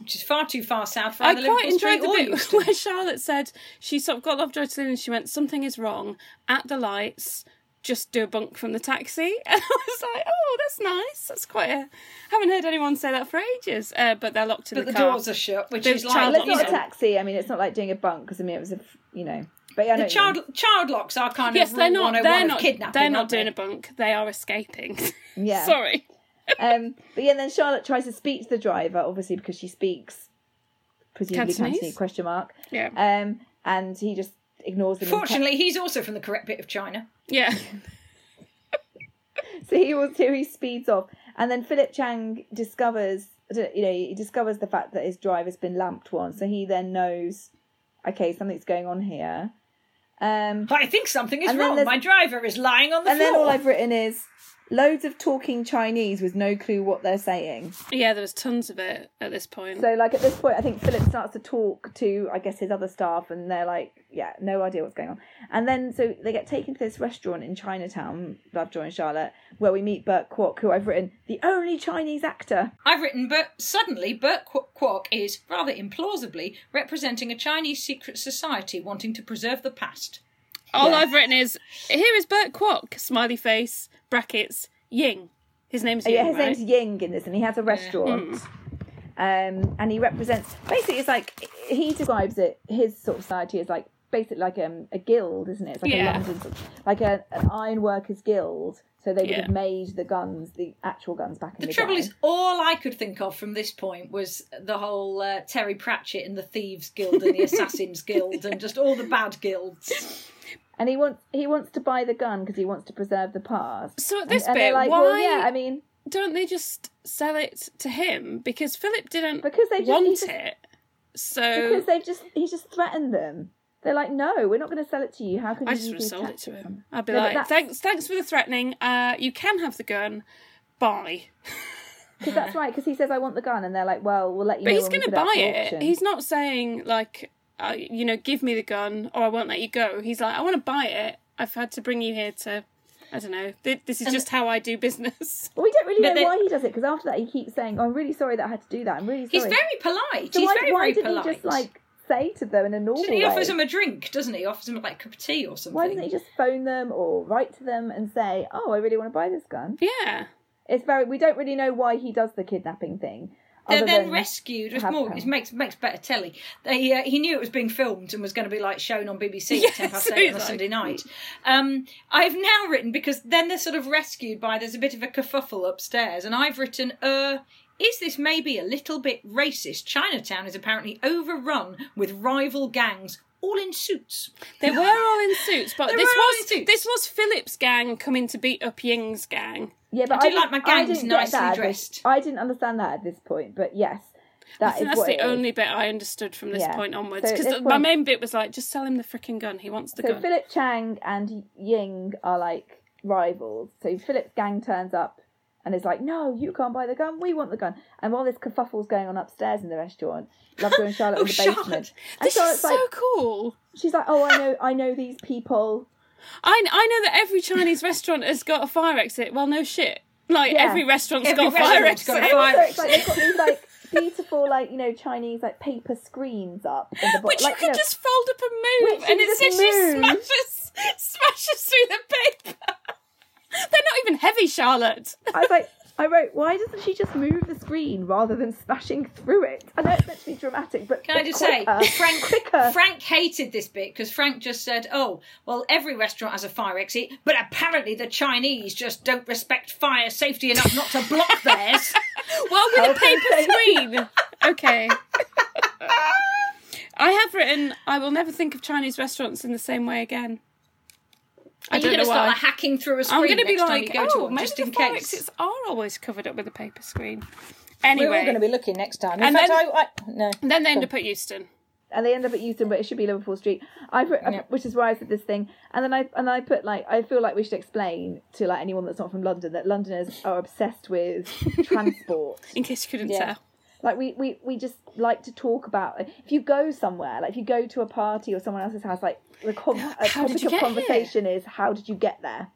A: which is far too far south for
C: I
A: either Liverpool
C: quite enjoyed
A: Street or
C: the bit
A: Euston.
C: where Charlotte said she sort of got Lovejoy to Lynn and she went, Something is wrong at the lights. just debunk from the taxi. And I was like, oh, that's nice. That's quite a. Haven't heard anyone say that for ages. Uh, but they're locked in
A: But
C: the,
A: the
C: car.
A: doors are shut, which
C: The
A: is
C: child
A: like
C: locks
A: you
B: It's not
C: Yeah.
B: a
A: know,
B: taxi. I mean, it's not like doing a bunk because I mean it was a f- you know. But yeah, I know
A: the
B: what you mean.
A: child child locks are kind
C: Yes,
A: of
C: they're
A: rule
C: not.
A: 101
C: They're
A: of
C: not.
A: kidnapping.
C: They're not
A: aren't they?
C: doing a bunk. They are escaping.
B: Yeah.
C: Sorry.
B: Um, but yeah, and then Charlotte tries to speak to the driver, obviously because she speaks presumably
C: Cantonese?
B: Cantonese question mark.
C: Yeah.
B: Um, and he just ignores them. and
A: Fortunately, he's also from the correct bit of China.
C: Yeah.
B: So he was so he speeds off, and then Philip Chang discovers, I don't- you know, he discovers the fact that his driver's been lamped once, so he then knows, okay, something's going on here. Um,
A: I think something is
B: And then
A: wrong.
B: there's-
A: My driver is lying on the
B: and
A: floor.
B: then all I've written is loads of talking Chinese with no clue what they're saying.
C: Yeah, there was tons of it at this point.
B: So like at this point, I think Philip starts to talk to, I guess, his other staff, and they're like, yeah, no idea what's going on. And then so they get taken to this restaurant in Chinatown, Lovejoy and Charlotte, where we meet Bert Kwok, who I've written the only Chinese actor.
A: I've written, but suddenly Bert Qu- Quark is, rather implausibly, representing a Chinese secret society wanting to preserve the past.
C: All I've written is here is Bert Kwok, smiley face, brackets, Ying. His name's Ying.
B: Oh, yeah, his
C: right? Hmm.
B: name's Ying in this, and he has a restaurant. Um, and he represents basically it's like he describes it his sort of society as like basically like um, a guild, isn't it? It's like
C: Yeah.
B: a London, sort of- like a, an ironworkers guild. So they would
C: Yeah.
B: have made the guns, the actual guns back in the,
A: The trouble
B: day.
A: is, all I could think of from this point was the whole uh, Terry Pratchett and the Thieves Guild and the Assassins Guild and just all the bad guilds.
B: and he wants he wants to buy the gun because he wants to preserve the past.
C: So at
B: And-
C: this
B: and they're
C: bit,
B: like,
C: why
B: well, yeah, I mean,
C: don't they just sell it to him? Because Philip didn't
B: Because they just-
C: want
B: he just-
C: it. So
B: because they've just he just threatened them. They're like, no, we're not going to sell it to you. How can
C: I
B: you
C: just
B: use
C: would have
B: these
C: sold it to
B: tactics
C: him. I'd be
B: No, but
C: like,
B: that's-
C: thanks, thanks for the threatening. Uh, you can have the gun. Bye.
B: Because that's right. Because he says, "I want the gun," and they're like, "Well, we'll let you."
C: But
B: know
C: he's
B: when we
C: going to
B: put up
C: buy
B: for
C: it.
B: auction."
C: He's not saying like, uh, you know, give me the gun or I won't let you go. He's like, I want to buy it. I've had to bring you here to, I don't know. Th- this is just how I do business.
B: Well, we don't really
A: But
B: know
A: they-
B: why he does it because after that he keeps saying, "Oh, "I'm really sorry that I had to do that. I'm really
A: He's
B: sorry."
A: very polite.
B: so
A: He's
B: why,
A: very,
B: why
A: very
B: didn't
A: polite.
B: he just like say to them in a normal
A: Doesn't he
B: way?
A: offers him a drink, doesn't he? Offers him like a cup of tea or something.
B: why doesn't he just phone them or write to them and say, "Oh, I really want to buy this gun"?
C: Yeah.
B: It's very. We don't really know why he does the kidnapping thing.
A: They're
B: other
A: then
B: than-
A: rescued. With
B: have
A: more,
B: power.
A: it makes makes better telly. They, uh, he knew it was being filmed and was going to be like shown on BBC at ten past
C: so
A: eight
C: he's
A: on a
C: like-
A: Sunday night. Um, I've now written because then they're sort of rescued by there's a bit of a kerfuffle upstairs, and I've written, uh, is this maybe a little bit racist? Chinatown is apparently overrun with rival gangs, all in suits.
C: They were all in suits, but
A: They
C: this
A: were all in
C: was
A: suits.
C: this was Philip's gang coming to beat up Ying's gang.
B: Yeah, but
A: I
B: I,
A: do like my
B: didn't- I
A: gangs
B: didn't get
A: nicely
B: that at this-
A: dressed.
B: I didn't understand that at this point, but yes, that
C: I
B: is
C: think that's
B: what
C: the
B: it is.
C: only bit I understood from this
B: Yeah.
C: point onwards.
B: So at
C: Because
B: this
C: my
B: point-
C: main bit was like, just sell him the freaking gun. He wants the
B: So
C: gun.
B: Philip Chang and Ying are like rivals. So Philip's gang turns up and is like, "No, you can't buy the gun. We want the gun." And while this kerfuffle's going on upstairs in the restaurant, Lovejoy and Charlotte
A: Oh,
B: in the basement,
A: Charlotte.
B: and
C: this is
B: Charlotte's
C: so
B: like,
C: cool.
B: "She's like, oh, I know, I know these people."
C: I I know that every Chinese restaurant has got a fire exit. Well, no shit. Like
B: Yeah.
C: every restaurant's
A: Every
C: got a fire
A: restaurant's got
C: exit.
A: a fire-
B: So it's like they've got these like beautiful, like you know, Chinese like paper screens up in the bottom.
C: Which
B: like,
C: you could
B: know,
C: just fold up and move,
B: Which
C: and
B: you
C: it
B: just
C: literally
B: move.
C: smashes smashes through the paper. They're not even heavy, Charlotte.
B: I was like, I wrote, why doesn't she just move the screen rather than smashing through it? I know it's meant to be dramatic, but
A: Can I
B: but
A: just
B: quicker,
A: say, Frank
B: quicker.
A: Frank hated this bit because Frank just said, "Oh, well, every restaurant has a fire exit, but apparently the Chinese just don't respect fire safety enough not to block theirs."
C: Well, with a paper screen. Okay. I have written. I will never think of Chinese restaurants in the same way again. I
A: Are you
C: don't
A: going to
C: know
A: start
C: why.
A: like, hacking through a screen
C: I'm going to be
A: next time you
C: like,
A: go to
C: oh,
A: one,
C: maybe
A: just
C: the
A: in
C: fire
A: case?
C: exits are always covered up with a paper screen. Anyway,
A: We're all going to be looking next time. In
C: And
A: fact,
C: then-
A: I, I no.
C: And then they end up at Euston.
B: and they end up at Euston, but it should be Liverpool Street. I've writ- which is why I said this thing, and then I and I put like I feel like we should explain to like anyone that's not from London that Londoners are obsessed with transport.
C: In case you couldn't tell.
B: Like we, we we just like to talk about like, if you go somewhere, like if you go to a party or someone else's house, like the com- a
C: how did
B: topic
C: you
B: of
C: get
B: conversation is how did you get there,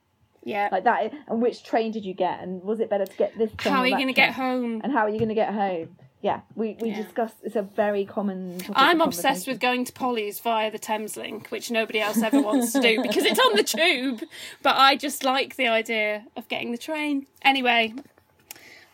C: Yeah.
B: like that, and which train did you get, and was it better to get this train? or
C: How are you
B: that
C: going to
B: train?
C: get home?
B: and how are you going to get home? yeah, we we discussed. It's a very common. topic
C: I'm
B: of
C: obsessed with going to Polly's via the Thames Link, which nobody else ever wants to do because it's on the tube. But I just like the idea of getting the train. Anyway,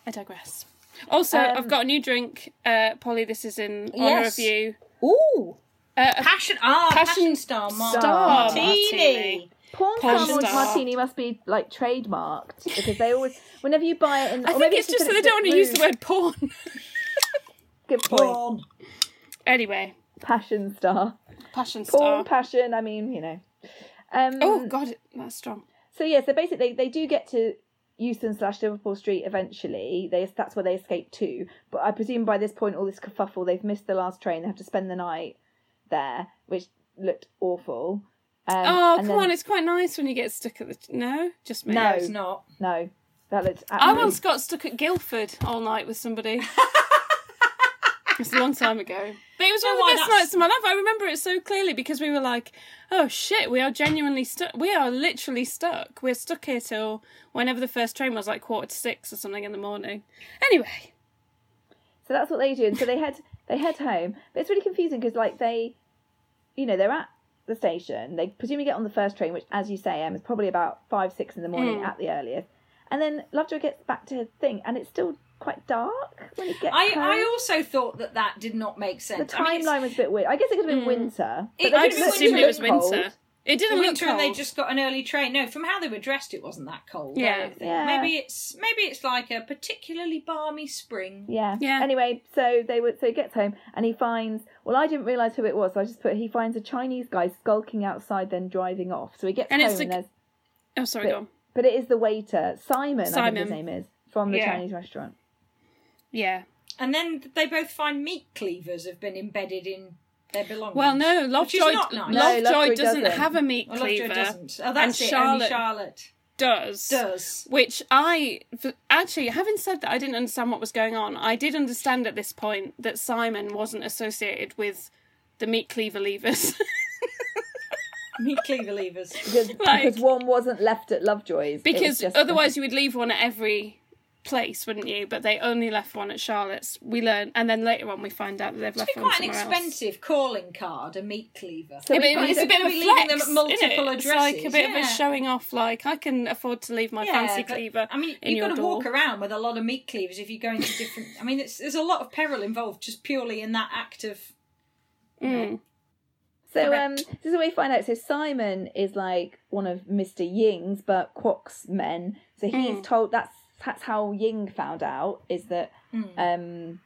C: I digress. Also,
A: Um,
C: I've got a new drink, uh, Polly. This is in honour
F: Yes.
C: of you.
A: Oh,
F: Ooh.
C: Uh, a
A: Passion, ah,
C: Passion
A: passion, star, Mark.
B: Star
A: Martini.
B: Porn
C: Porn
B: star
C: star.
B: martini must be like trademarked because they always, whenever you buy it, in,
C: I
B: or
C: think
B: maybe
C: it's just
B: because
C: that they don't want to use the
B: rude.
C: word porn.
B: Good point.
A: Porn.
C: anyway,
B: Passion star,
C: passion star.
B: porn passion. I mean, you know. Um,
C: oh God, that's strong.
B: So yeah, so basically they do get to Euston slash Liverpool Street eventually. They that's where they escape to. But I presume by this point, all this kerfuffle, they've missed the last train. They have to spend the night there, which looked awful. Um,
C: Oh
B: and
C: come
B: then-
C: on, it's quite nice when you get stuck at the no, just me.
B: No.
A: It's not.
B: no, that looked.
C: I
B: Absolutely...
C: once got stuck at Guildford all night with somebody. it's a long time ago. But it was one of
A: why
C: the best
A: that's-
C: nights of my life. I remember it so clearly because we were like, oh shit, we are genuinely stuck. We are literally stuck. We're stuck here till whenever the first train was, like quarter to six or something in the morning. Anyway,
B: So that's what they do, and so they head they head home. But it's really confusing because like they, you know, they're at the station. They presumably get on the first train, which, as you say, Em, is probably about five six in the morning
A: Mm.
B: at the earliest. And then Lovejoy gets back to her thing, and it's still quite dark when it gets
A: I,
B: home.
A: I also thought that that did not make
B: the
A: sense. I mean,
B: timeline
A: it's Mm.
B: was a bit weird. I guess it could have been winter.
A: It-
B: they
C: I
A: I
B: didn't
C: just
A: didn't
B: look-
C: assumed
B: didn't
C: it was
B: look cold.
C: winter.
A: the
C: It didn't look
A: winter
C: cold.
A: and they just got an early train. No, from how they were dressed, it wasn't that cold. I
C: Yeah.
A: don't think.
B: Yeah.
A: Maybe it's maybe it's like a particularly balmy spring.
B: Yeah.
C: Yeah.
B: Anyway, so they were so he gets home and he finds well I didn't realise who it was, so I just put he finds a Chinese guy skulking outside then driving off. So he gets
C: And
B: home
C: it's the-
B: and there's
C: oh, sorry,
B: But-
C: go on.
B: But it is the waiter, Simon, I think
C: Simon.
B: his name is, from the
C: Yeah.
B: Chinese restaurant.
C: Yeah.
A: And then they both find meat cleavers have been embedded in their belongings.
C: Well, no,
A: which is
C: Lovejoy,
A: not nice.
B: No,
C: Lovejoy,
B: Lovejoy
C: doesn't,
B: doesn't.
C: have a meat
A: Well,
C: cleaver.
A: Lovejoy doesn't. Oh, that's
C: and
A: it.
C: Charlotte
A: Only Charlotte
C: does.
A: does.
C: Which I f- actually, having said that, I didn't understand what was going on. I did understand at this point that Simon wasn't associated with the meat cleaver leavers.
A: meat cleaver levers.
B: Because,
C: Like-
B: because one wasn't left at Lovejoy's. It was
C: because
B: just-
C: otherwise you would leave one at every place, wouldn't you? But they only left one at Charlotte's. We learn, and then later on we find out that they've
A: It'd
C: left
A: be
C: one
A: quite an
C: somewhere else.
A: expensive calling card, a meat cleaver.
B: So
C: Yeah,
B: we
C: but
B: find
C: it's a
B: out-
C: bit of a
A: We're leaving them
C: flex,
A: at multiple
C: innit? It's like a
A: addresses,
C: bit of a
A: yeah.
C: showing off. Like I can afford to leave my fancy
A: but-
C: cleaver.
A: I mean,
C: in
A: you've
C: your
A: got to
C: door.
A: walk around with a lot of meat cleavers if you go into different. I mean, it's, there's a lot of peril involved just purely in that act of.
C: Mm.
B: So um, this is where we find out. So Simon is like one of Mr. Ying's, but Quok's men. So
C: Hmm.
B: he's told that's that's how Ying found out is that
C: Hmm.
B: um,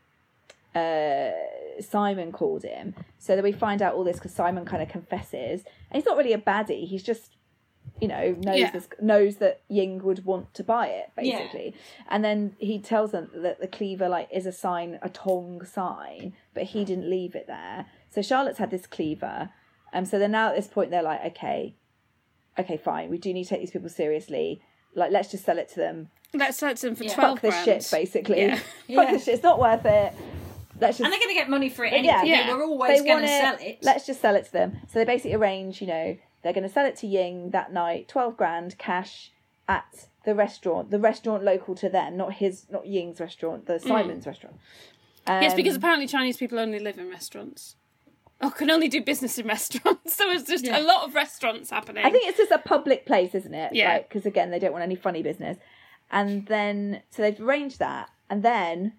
B: uh, Simon called him. So then we find out all this because Simon kind of confesses, and he's not really a baddie. He's just you know knows
C: Yeah.
B: this, knows that Ying would want to buy it basically, and then he tells them that the cleaver like is a sign, a tong sign, but he didn't leave it there. So Charlotte's had this cleaver, um. So they're now at this point they're like, okay, okay, fine, we do need to take these people seriously. Like, let's just sell it to them.
C: Let's search them for twelve
B: Fuck this
C: grand.
B: shit, basically.
C: Yeah.
B: Fuck this shit. It's not worth it. Let's just
A: And they're going to get money for it anyway.
B: Yeah.
C: Yeah.
A: They were always
B: they
A: going
B: want
A: to
B: it,
A: sell it.
B: Let's just sell it to them. So they basically arrange, you know, they're going to sell it to Ying that night, twelve grand cash at the restaurant, the restaurant local to them, not his, not Ying's restaurant, the Simon's restaurant.
C: Mm. Yes, because
B: Um,
C: apparently Chinese people only live in restaurants. Or can only do business in restaurants. So it's just a lot of restaurants happening.
B: I think it's just a public place, isn't it?
C: Yeah.
B: Because again, they don't want any funny business. And then so they've arranged that, and then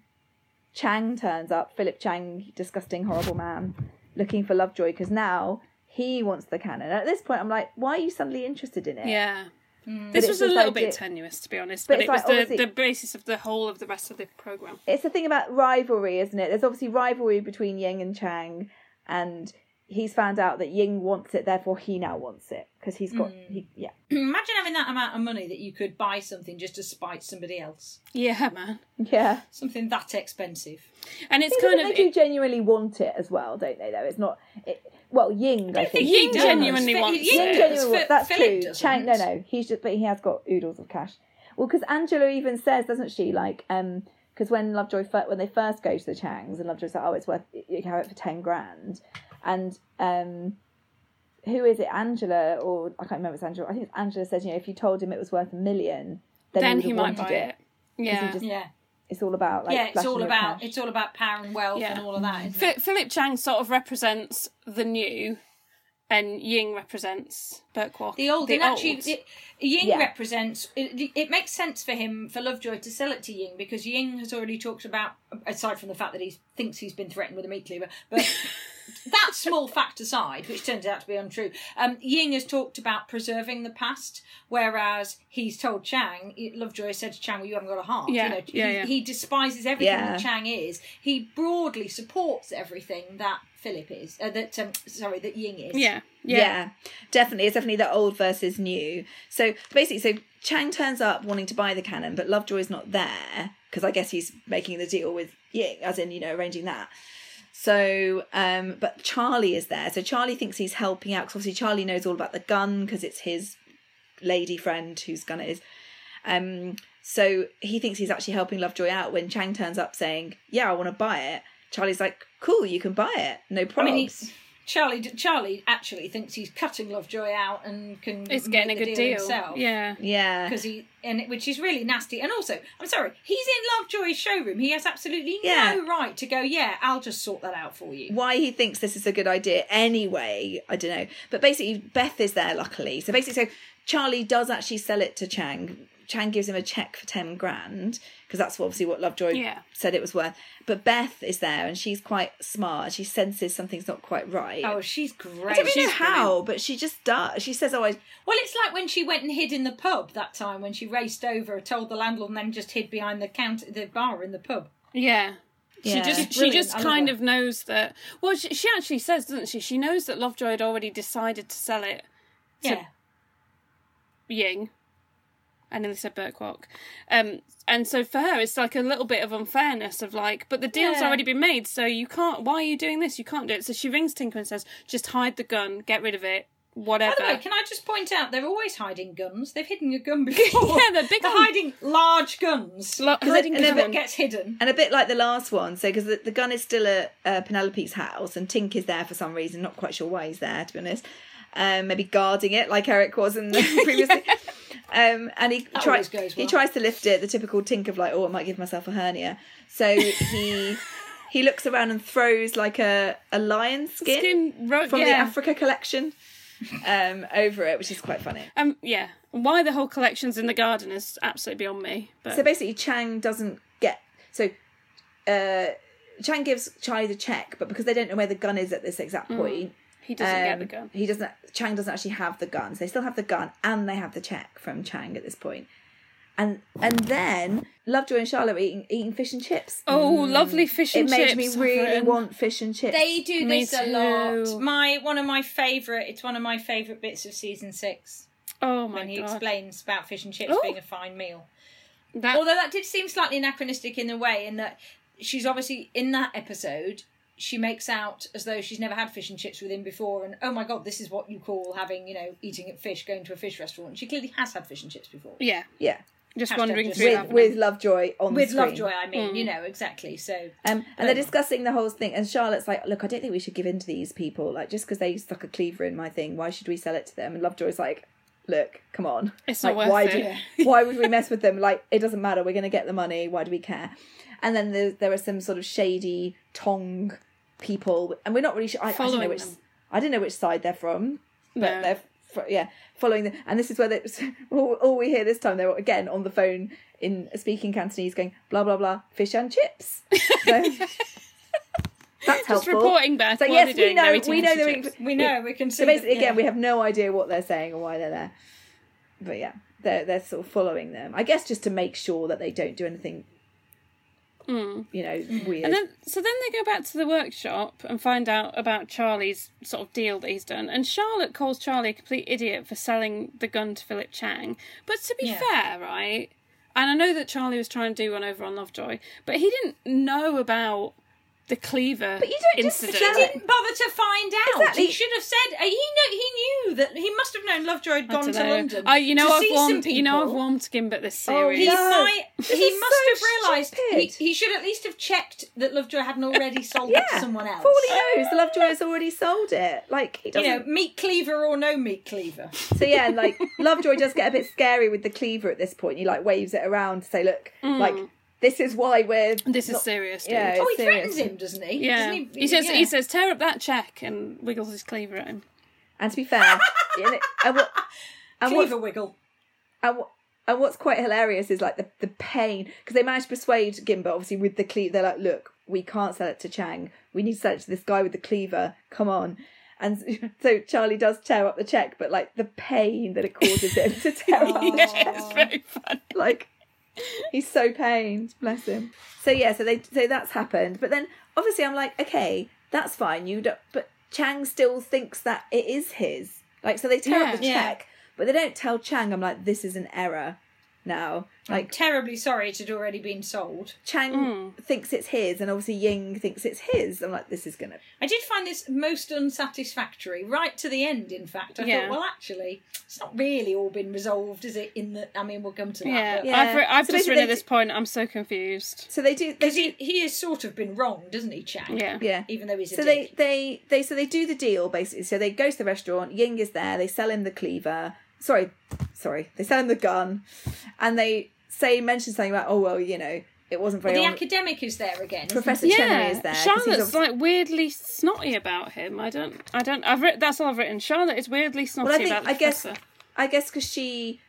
B: Chang turns up, Philip Chang, disgusting, horrible man, looking for Lovejoy because now he wants the cannon. And at this point, I'm like, why are you suddenly interested in it?
C: yeah.
B: But
C: This
B: it's
C: was a
B: just
C: little
B: like
C: bit
B: it-
C: tenuous, to be honest,
B: But
C: but, it
B: it's
C: was
B: like,
C: the,
B: obviously-
C: the basis of the whole of the rest of the program.
B: it's the thing about rivalry, isn't it? There's obviously rivalry between Ying and Chang, and he's found out that Ying wants it, therefore he now wants it because he's got he yeah.
A: Imagine having that amount of money that you could buy something just to spite somebody else.
C: Yeah, man.
B: Yeah,
A: Something that expensive.
C: And it's
B: I
C: kind
B: think
C: of
B: they do genuinely want it as well, don't they? Though it's not, it, well, Ying. I, think
C: he
A: does.
C: genuinely
A: But
C: wants
A: he-
B: Ying
A: does.
C: it.
B: genuinely
A: Fi-
B: wants. That's
A: Philip
B: true. Chang, no,
A: doesn't.
B: no, he's just, but he has got oodles of cash. Well, because Angela even says, doesn't she? Like, um, because when Lovejoy fir- when they first go to the Changs, and Lovejoy's like, oh, it's worth you can have it for ten grand, and um. Who is it, Angela, or I can't remember. If it's Angela. I think it's Angela says, you know, if you told him it was worth a million, then,
C: Then
B: would
C: he
B: have
C: might
B: wanted
C: buy it. Yeah.
B: just-
A: Yeah.
B: it's all about. Like,
A: yeah, it's
B: flashing
A: all
B: your
A: about
B: cash.
A: it's all about power and wealth
C: Yeah.
A: and all of that. isn't it?
C: Phil- Philip Chang sort of represents the new, and Ying represents Birkwalk.
A: The old, and actually,
C: old.
A: it, Ying
B: Yeah.
A: represents. It, it makes sense for him for Lovejoy to sell it to Ying because Ying has already talked about, aside from the fact that he thinks he's been threatened with a meat cleaver, but that small fact aside, which turns out to be untrue, um, Ying has talked about preserving the past, whereas he's told Chang, Lovejoy said to Chang, "Well, you haven't got a heart."
C: Yeah,
A: you know,
C: yeah,
A: he,
C: yeah.
A: he despises everything
B: Yeah.
A: that Chang is. He broadly supports everything that Philip is, uh, that um, sorry, that Ying is.
C: yeah,
B: Yeah.
C: yeah,
B: definitely. It's definitely the old versus new. So basically, so Chang turns up wanting to buy the cannon, but Lovejoy's not there because I guess he's making the deal with Ying, as in you know arranging that. So, um, but Charlie is there. So Charlie thinks he's helping out because obviously Charlie knows all about the gun because it's his lady friend whose gun it is. Um, so he thinks he's actually helping Lovejoy out when Chang turns up saying, "Yeah, I want to buy it." Charlie's like, "Cool, you can buy it. No
A: I
B: problem."
A: mean, he's, Charlie Charlie actually thinks he's cutting Lovejoy out and can
C: It's
A: make
C: getting a
A: the
C: good deal.
A: himself.
C: Yeah,
B: yeah,
A: Because he and it- which is really nasty, and also I'm sorry, he's in Lovejoy's showroom. He has absolutely
B: Yeah.
A: no right to go. Yeah, I'll just sort that out for you.
B: why he thinks this is a good idea anyway i don't know but basically beth is there luckily so basically so charlie does actually sell it to chang chang gives him a check for 10 grand because that's what- obviously what lovejoy
C: Yeah.
B: said it was worth but beth is there and she's quite smart she senses something's not quite right
A: Oh, she's great.
B: i don't really
A: She's
B: know how
A: brilliant.
B: but she just does she says oh i
A: Well, it's like when she went and hid in the pub that time when she raced over, told the landlord, and then just hid behind the counter, the bar in the pub.
C: yeah. She
B: Yeah.
C: just
A: It's
C: she
A: brilliant.
C: just
A: I love
C: kind
A: her.
C: of knows that. Well, she, she actually says, doesn't she? She knows that Lovejoy had already decided to sell it
A: Yeah,
C: Ying. I nearly said Birkwalk. Um, and so for her, it's like a little bit of unfairness of like, but the deal's
A: Yeah.
C: already been made, so you can't. Why are you doing this? You can't do it. So she rings Tinker and says, "Just hide the gun, get rid of it, whatever."
A: By the way, can I just point out they're always hiding guns? They've hidden a gun before.
C: Yeah, they're big
A: They're
C: on-
A: hiding large guns.
C: Lo- hiding
B: and then
C: gun.
A: That gets hidden.
B: and a bit like the last one so because the, the gun is still at uh, penelope's house and tink is there for some reason not quite sure why he's there to be honest um, maybe guarding it like eric was in the previous um, and he tries
A: always goes
B: he
A: well.
B: tries to lift it the typical tink of like oh i might give myself a hernia so he he looks around and throws like a, a lion skin,
C: Skin ro-
B: from the
C: yeah.
B: africa collection um, over it which is quite funny
C: Um, yeah. Why the whole collection's in the garden is absolutely beyond me. But
B: So basically, Chang doesn't get. So uh, Chang gives Charlie the check, but because they don't know where the gun is at this exact point,
C: he Mm. doesn't get the
B: um,
C: gun.
B: He doesn't. Chang doesn't actually have the gun. So they still have the gun and they have the check from Chang at this point. And and then Lovejoy and Charlotte were eating, eating fish and chips.
C: Oh, lovely fish
B: Mm. it
C: and
B: made
C: chips.
B: me really
C: Sovereign.
B: want fish and chips.
A: They do
C: Me
A: this a lot.
C: too.
A: My one of my favourite. It's one of my favourite bits of season six
C: Oh my
A: when he
C: god,
A: explains about fish and chips
C: Oh.
A: being a fine meal.
C: that
A: Although that did seem slightly anachronistic in a way, in that she's obviously in that episode. She makes out as though she's never had fish and chips with him before, and oh my god, this is what you call having, you know, eating at fish, going to a fish restaurant. She clearly has had fish and chips before.
C: yeah.
B: yeah,
C: Just
A: Hashtag
C: wandering
A: just-
C: through
B: with
C: that.
B: with Lovejoy on the
A: With
B: screen. Mm.
A: Lovejoy, I mean, you know, exactly. So
B: Um, and they're discussing the whole thing, and Charlotte's like, "Look, I don't think we should give in to these people. Like, just because they stuck a cleaver in my thing, why should we sell it to them?" And Lovejoy's like, "Look, come on,
C: It's
B: like,
C: not worth
B: why
C: it."
B: Do, why would we mess with them? Like, it doesn't matter. We're going to get the money. Why do we care?" And then there, there are some sort of shady Tong people, and we're not really sure. I, I don't know
C: Following
B: which.
C: them.
B: I don't know which side they're from, but
C: No.
B: they're. fr- Yeah, following the, and this is where they, all, all we hear this time. They're again on the phone in speaking Cantonese, going blah blah blah, fish and chips. So that's
C: Just
B: helpful.
C: reporting back.
B: So
C: what
B: yes,
C: they're
B: we
C: doing.
B: know
C: They're eating
B: we know
C: fish
B: they're
C: and
B: eating-
C: chips.
A: we know we can see.
B: So basically,
A: that-
B: again,
A: yeah.
B: we have no idea what they're saying or why they're there. But yeah, they're they're sort of following them. I guess just to make sure that they don't do anything,
C: Hmm.
B: you know, weird.
C: And then, so then they go back to the workshop and find out about Charlie's sort of deal that he's done. And Charlotte calls Charlie a complete idiot for selling the gun to Philip Chang. But to be
A: Yeah.
C: fair, right? And I know that Charlie was trying to do one over on Lovejoy, but he didn't know about the cleaver
B: you don't just
C: incident.
B: sell
A: He didn't bother to find out.
B: Exactly.
A: He should have said uh, he know, he knew that he must have known Lovejoy had gone to
C: Dunno.
A: London.
C: I, you know,
A: to
C: I've
A: see some
C: warmed,
A: people.
C: you know, I've warmed to
B: Oh,
C: Gimbert this series.
A: He
B: No.
A: might.
B: This
A: he
B: is
A: must
B: so
A: have realised. He,
B: stupid.
A: he should at least have checked that Lovejoy hadn't already sold it
B: yeah,
A: to someone else.
B: For all he knows, the Lovejoy has already sold it. Like he
A: you
B: doesn't.
A: know, meat cleaver or no meat cleaver.
B: So yeah, and,
C: Hmm.
B: like Lovejoy does get a bit scary with the cleaver at this point. He like waves it around to say, "Look, like this is why we're
C: This is serious, dude.
B: yeah.
C: Yeah.
A: Oh, he
B: it's serious.
A: threatens him, doesn't he?
C: He,
A: Doesn't
C: says
A: yeah.
C: he says tear up that check and wiggles his cleaver at him.
B: And to be fair, you know, and, what, and,
A: Cleaver
B: what's,
A: wiggle.
B: and, what, and what's quite hilarious is like the, the pain because they managed to persuade Gimba obviously with the cleaver. They're like, look, we can't sell it to Chang. We need to sell it to this guy with the cleaver. Come on. And so Charlie does tear up the check, but like the pain that it causes him to tear up the
C: Yeah,
B: check,
C: it's very funny.
B: like he's so pained, bless him. So yeah, so they so that's happened, but then obviously I'm like, okay, that's fine. You don't, but Chang still thinks that it is his. Like so, they tear up the
C: Yeah,
A: yeah.
B: check, but they don't tell Chang. I'm like, this is an error. Now,
A: I'm
B: like
A: terribly sorry it had already been sold.
B: Chang thinks it's his, and obviously Ying thinks it's his. I'm like, this is gonna
A: I did find this most unsatisfactory, right to the end, in fact. I
C: Yeah.
A: thought, well, actually, it's not really all been resolved, is it? In the, I mean, we'll come to that.
C: Yeah,
A: but-
B: Yeah.
C: I've, re- I've
B: So
C: just
B: basically
C: written at
B: they
C: this point. I'm so confused.
B: So they do. They
A: Because
B: do.
A: he, he has sort of been wronged, doesn't he, Chang?
C: Yeah.
B: Yeah.
A: Even though he's a
B: So they,
A: dick.
B: they they so they do the deal basically. So they go to the restaurant. Ying is there. They sell him the cleaver. Sorry, sorry. They sell him the gun, and they say mention something about oh well you know it wasn't very
A: The
B: hon-
A: academic is there again. isn't
B: Professor
A: he?
B: Chenry is there. 'cause he's
C: Charlotte's
B: obviously-
C: like weirdly snotty about him. I don't. I don't. I've writ- that's all I've written. Charlotte is weirdly snotty
B: well I think
C: about. The
B: I guess
C: professor.
B: I guess because she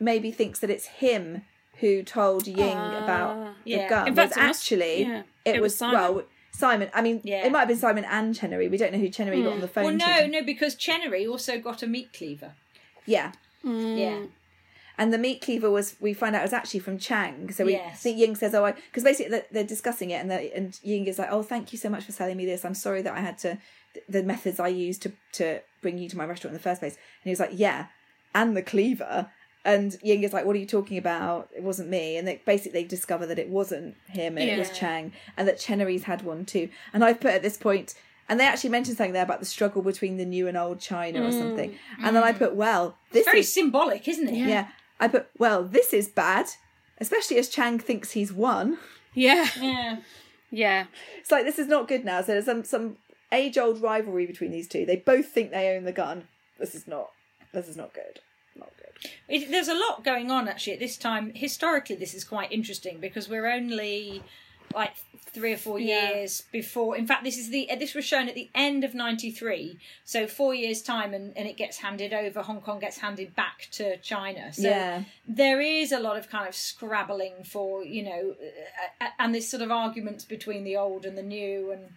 B: maybe thinks that it's him who told Ying about
A: yeah.
B: the gun.
C: In fact,
B: whereas
C: it must-
B: actually
C: yeah,
B: it,
C: it
B: was,
C: was Simon.
B: well Simon. I mean
A: Yeah.
B: it might have been Simon and Chenery. We don't know who Chenery got on the phone.
A: Well, no,
B: to.
A: no, because Chenery also got a meat cleaver.
B: Yeah. Mm.
A: Yeah.
B: And the meat cleaver was we find out was actually from Chang. So we
A: Yes.
B: think Ying says, "Oh, I," because basically they're, they're discussing it, and they, and Ying is like, "Oh, thank you so much for selling me this. I'm sorry that I had to th- the methods I used to to bring you to my restaurant in the first place." And he was like, "Yeah, and the cleaver." And Ying is like, "What are you talking about? It wasn't me." And they basically they discover that it wasn't him; it was
C: Yeah.
B: Chang, and that Chenery's had one too. And I've put at this point, and they actually mentioned something there about the struggle between the new and old China or something. And then I put, "Well, this
A: Mm. Very
B: is
A: symbolic, isn't it?
B: yeah. I put, well, this is bad, especially as Chang thinks he's won.
C: Yeah.
A: Yeah.
C: Yeah.
B: It's like, this is not good now. So there's some, some age old rivalry between these two. They both think they own the gun. This is not, this is not good. Not good.
A: It, there's a lot going on actually at this time. Historically, this is quite interesting because we're only like three or four
C: Yeah.
A: years before. In fact, this is the uh, this was shown at the end of '93, so four years time, and, and it gets handed over. Hong Kong gets handed back to China. So
B: Yeah.
A: there is a lot of kind of scrabbling for you know, uh, uh, and this sort of arguments between the old and the new, and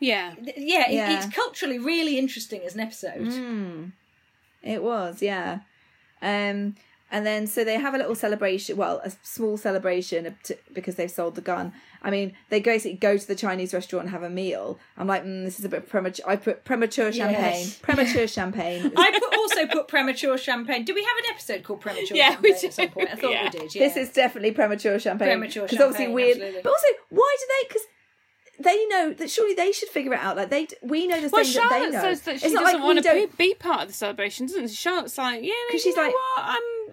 C: Yeah.
A: th- yeah, it-
B: Yeah.
A: it's culturally really interesting as an episode.
B: It was, yeah. Um, and then so they have a little celebration, well, a small celebration of- to, because they've sold the gun. I mean, they basically go to the Chinese restaurant and have a meal. I'm like, mm, this is a bit premature. I put premature champagne, premature champagne.
A: I put, also put premature champagne. Do we have an episode called premature
C: Yeah, we
A: champagne at some
C: do.
A: point? I thought
C: Yeah.
A: we did. Yeah.
B: This is definitely premature champagne.
A: Premature
B: Because obviously
A: champagne,
B: weird.
A: absolutely.
B: But also, why do they? Because they know that surely they should figure it out. Like they, d- we know the
C: Well,
B: thing that they
C: Charlotte
B: know.
C: says that she
B: it's not
C: doesn't
B: like
C: want
B: we
C: to
B: don't.
C: be, be part of the celebration, doesn't she? Charlotte's like, yeah,
B: she's
C: because she's
B: like-
C: like, what?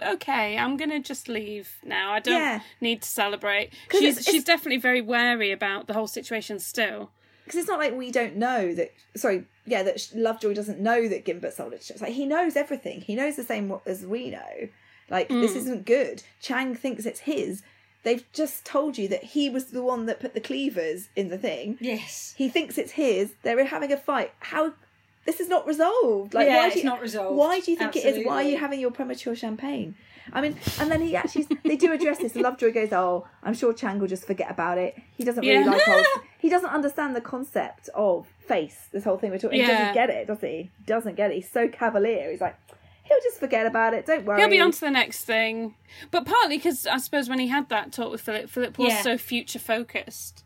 C: I'm okay. I'm gonna just leave now. I don't
B: Yeah.
C: need to celebrate.
B: 'Cause
C: She's
B: it's- it's-
C: she's definitely very wary about the whole situation still.
B: Because it's not like we don't know that. Sorry, yeah, that sh- Lovejoy doesn't know that Gimbert sold it. It's like he knows everything. He knows the same wa- as we know. Like this
C: Hmm.
B: isn't good. Chang thinks it's his. They've just told you that he was the one that put the cleavers in the thing.
A: yes.
B: He thinks it's his. They're having a fight. How? This is not resolved. Like,
A: Yeah,
B: why
A: it's
B: do you,
A: not resolved.
B: Why do you think it is? Why are
A: Absolutely.
B: you having your premature champagne? I mean, and then he actually they do address this. and Lovejoy goes, "Oh, I'm sure Chang will just forget about it. He doesn't really
C: Yeah.
B: like old. He doesn't understand the concept of face. This whole thing we're talking. He doesn't
C: Yeah.
B: get it, does he? He doesn't get it. He's so cavalier. He's like, he'll just forget about it. Don't worry.
C: He'll be on to the next thing, but partly because I suppose when he had that talk with Philip, Philip was
A: Yeah.
C: so future focused.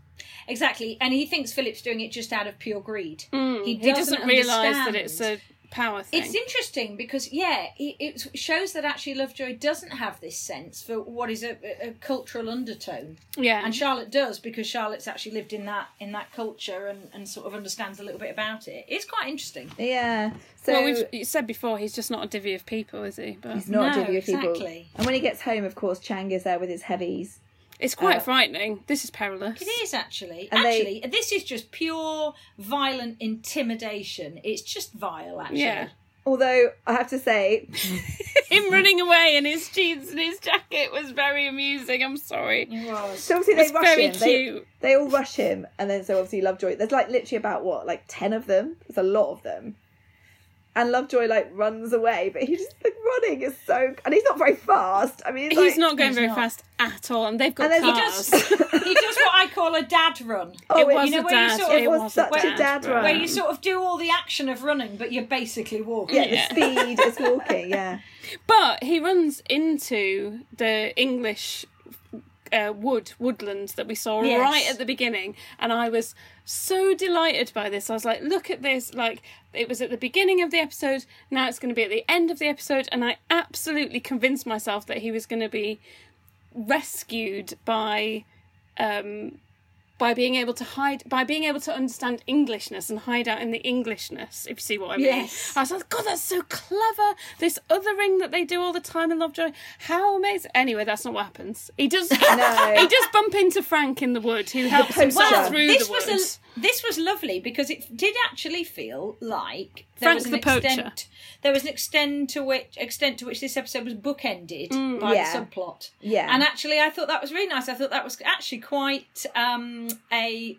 A: Exactly. And he thinks Philip's doing it just out of pure greed. He
C: Hmm. He doesn't, realise that
A: understand.
C: it's a power thing.
A: It's interesting because, yeah, it, it shows that actually Lovejoy doesn't have this sense for what is a, a- a cultural undertone.
C: yeah,
A: And Charlotte does because Charlotte's actually lived in that in that culture and, and sort of understands a little bit about it. It's quite interesting.
B: Yeah. So
C: well, we've you said before he's just not a divvy of people, is he? But
B: he's not
A: No,
B: no, people.
A: exactly.
B: And when he gets home, of course, Chang is there with his heavies.
C: it's quite frightening. This is perilous.
A: It is actually.
B: And they-
A: actually, this is just pure violent intimidation. It's just vile, actually.
C: Yeah.
B: Although I have to say,
C: Him running away in his jeans and his jacket was very amusing. I'm sorry.
A: It was.
B: so obviously
C: It's
B: they rush
C: very
B: him. They-
C: cute.
B: They all rush him, and then so obviously Lovejoy. There's like literally about what, like ten of them. There's a lot of them, and Lovejoy like runs away, but he just like running is so, and he's not very fast. I mean, he's,
C: He's
B: like,
C: not going very
A: not.
C: fast at all, and they've got
B: And
A: He
B: then
C: cars.
A: does. he does what I call a dad run,
B: Oh,
C: it was
A: you know
C: a
A: where you
C: dad.
A: sort of-
B: it was
C: a
B: such a dad run.
A: where you sort of do all the action of running, but you're basically walking.
B: yeah, the speed is walking. Yeah,
C: But he runs into the English uh, wood woodlands that we saw
A: Yes.
C: right at the beginning, and I was so delighted by this. I was like, "Look at this!" Like it was at the beginning of the episode. Now it's going to be at the end of the episode, and I absolutely convinced myself that he was going to be rescued by. Um, by being able to hide, by being able to understand Englishness and hide out in the Englishness, if you see what I mean.
A: Yes.
C: I was like, God, that's so clever. This other ring that they do all the time in Lovejoy. How amazing. Anyway, that's not what happens. He does he does bump into Frank in the wood who helps him
B: poster.
C: well,
B: Well,
C: through
A: this
C: the
A: was
C: woods.
A: a, this was lovely because it did actually feel like there
C: Frank
A: was an
C: the poacher.
A: extent there was an extent to which extent to which this episode was bookended
C: Mm,
A: by
B: Yeah.
A: the subplot.
B: Yeah.
A: and actually, I thought that was really nice. I thought that was actually quite um, a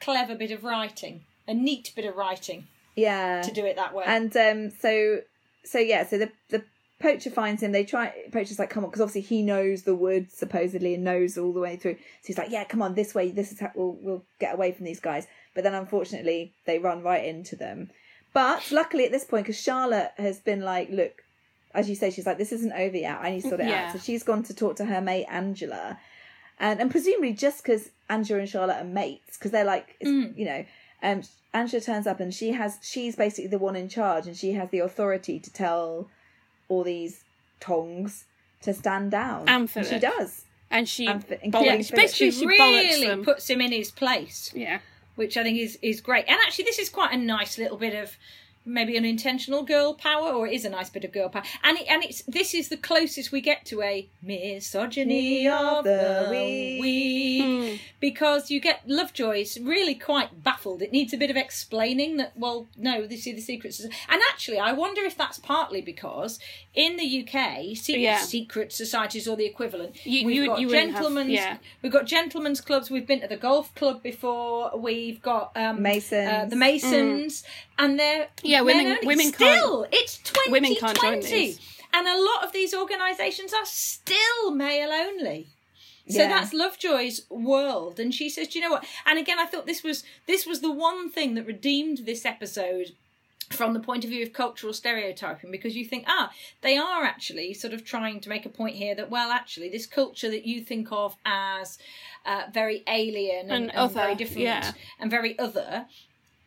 A: clever bit of writing, a neat bit of writing
B: yeah.
A: to do it that way.
B: And um, so so yeah, so the the poacher finds him. They try poacher's like, come on, because obviously he knows the woods supposedly and knows all the way through. So he's like, yeah, come on, this way. This is how we'll we'll get away from these guys. But then unfortunately, they run right into them. But luckily at this point, because Charlotte has been like, look, as you say, she's like, this isn't over yet. I need to sort it
C: Yeah.
B: out. So she's gone to talk to her mate Angela, and and presumably just because Angela and Charlotte are mates, because they're like, it's- you know, um, Angela turns up and she has she's basically the one in charge, and she has the authority to tell all these tongs to stand down,
C: And
B: she
C: Philip.
B: does.
C: And she
B: And fi-
C: bollocks.
B: including Philip.
C: Basically, she bollocks
A: really
C: them.
A: puts him in his place.
C: yeah.
A: which I think is is great. And actually, this is quite a nice little bit of maybe an intentional girl power, or it is a nice bit of girl power. And it, and it's this is the closest we get to a misogyny of the week,
C: Hmm.
A: because you get Lovejoy's really quite baffled. It needs a bit of explaining that. Well, no, this is the secret. Soc- And actually, I wonder if that's partly because in the UK, secret,
C: Yeah.
A: secret societies or the equivalent,
C: You-
A: we've
C: you-
A: got
C: you wouldn't have-
A: gentlemen's
C: yeah.
A: We've got gentlemen's clubs. We've been to the golf club before. We've got um,
B: Masons.
A: uh, the Masons, and they're
C: Mm. Yeah,
A: men
C: women-
A: only.
C: women can't-
A: still it's twenty
C: Women can't join these.
A: and a lot of these organisations are still male only. So
B: Yeah.
A: that's Lovejoy's world, and she says, "Do you know what?" And again, I thought this was this was the one thing that redeemed this episode from the point of view of cultural stereotyping because you think ah they are actually sort of trying to make a point here that well actually this culture that you think of as uh, very alien and,
C: And
A: and very
C: other,
A: different
C: yeah.
A: and very other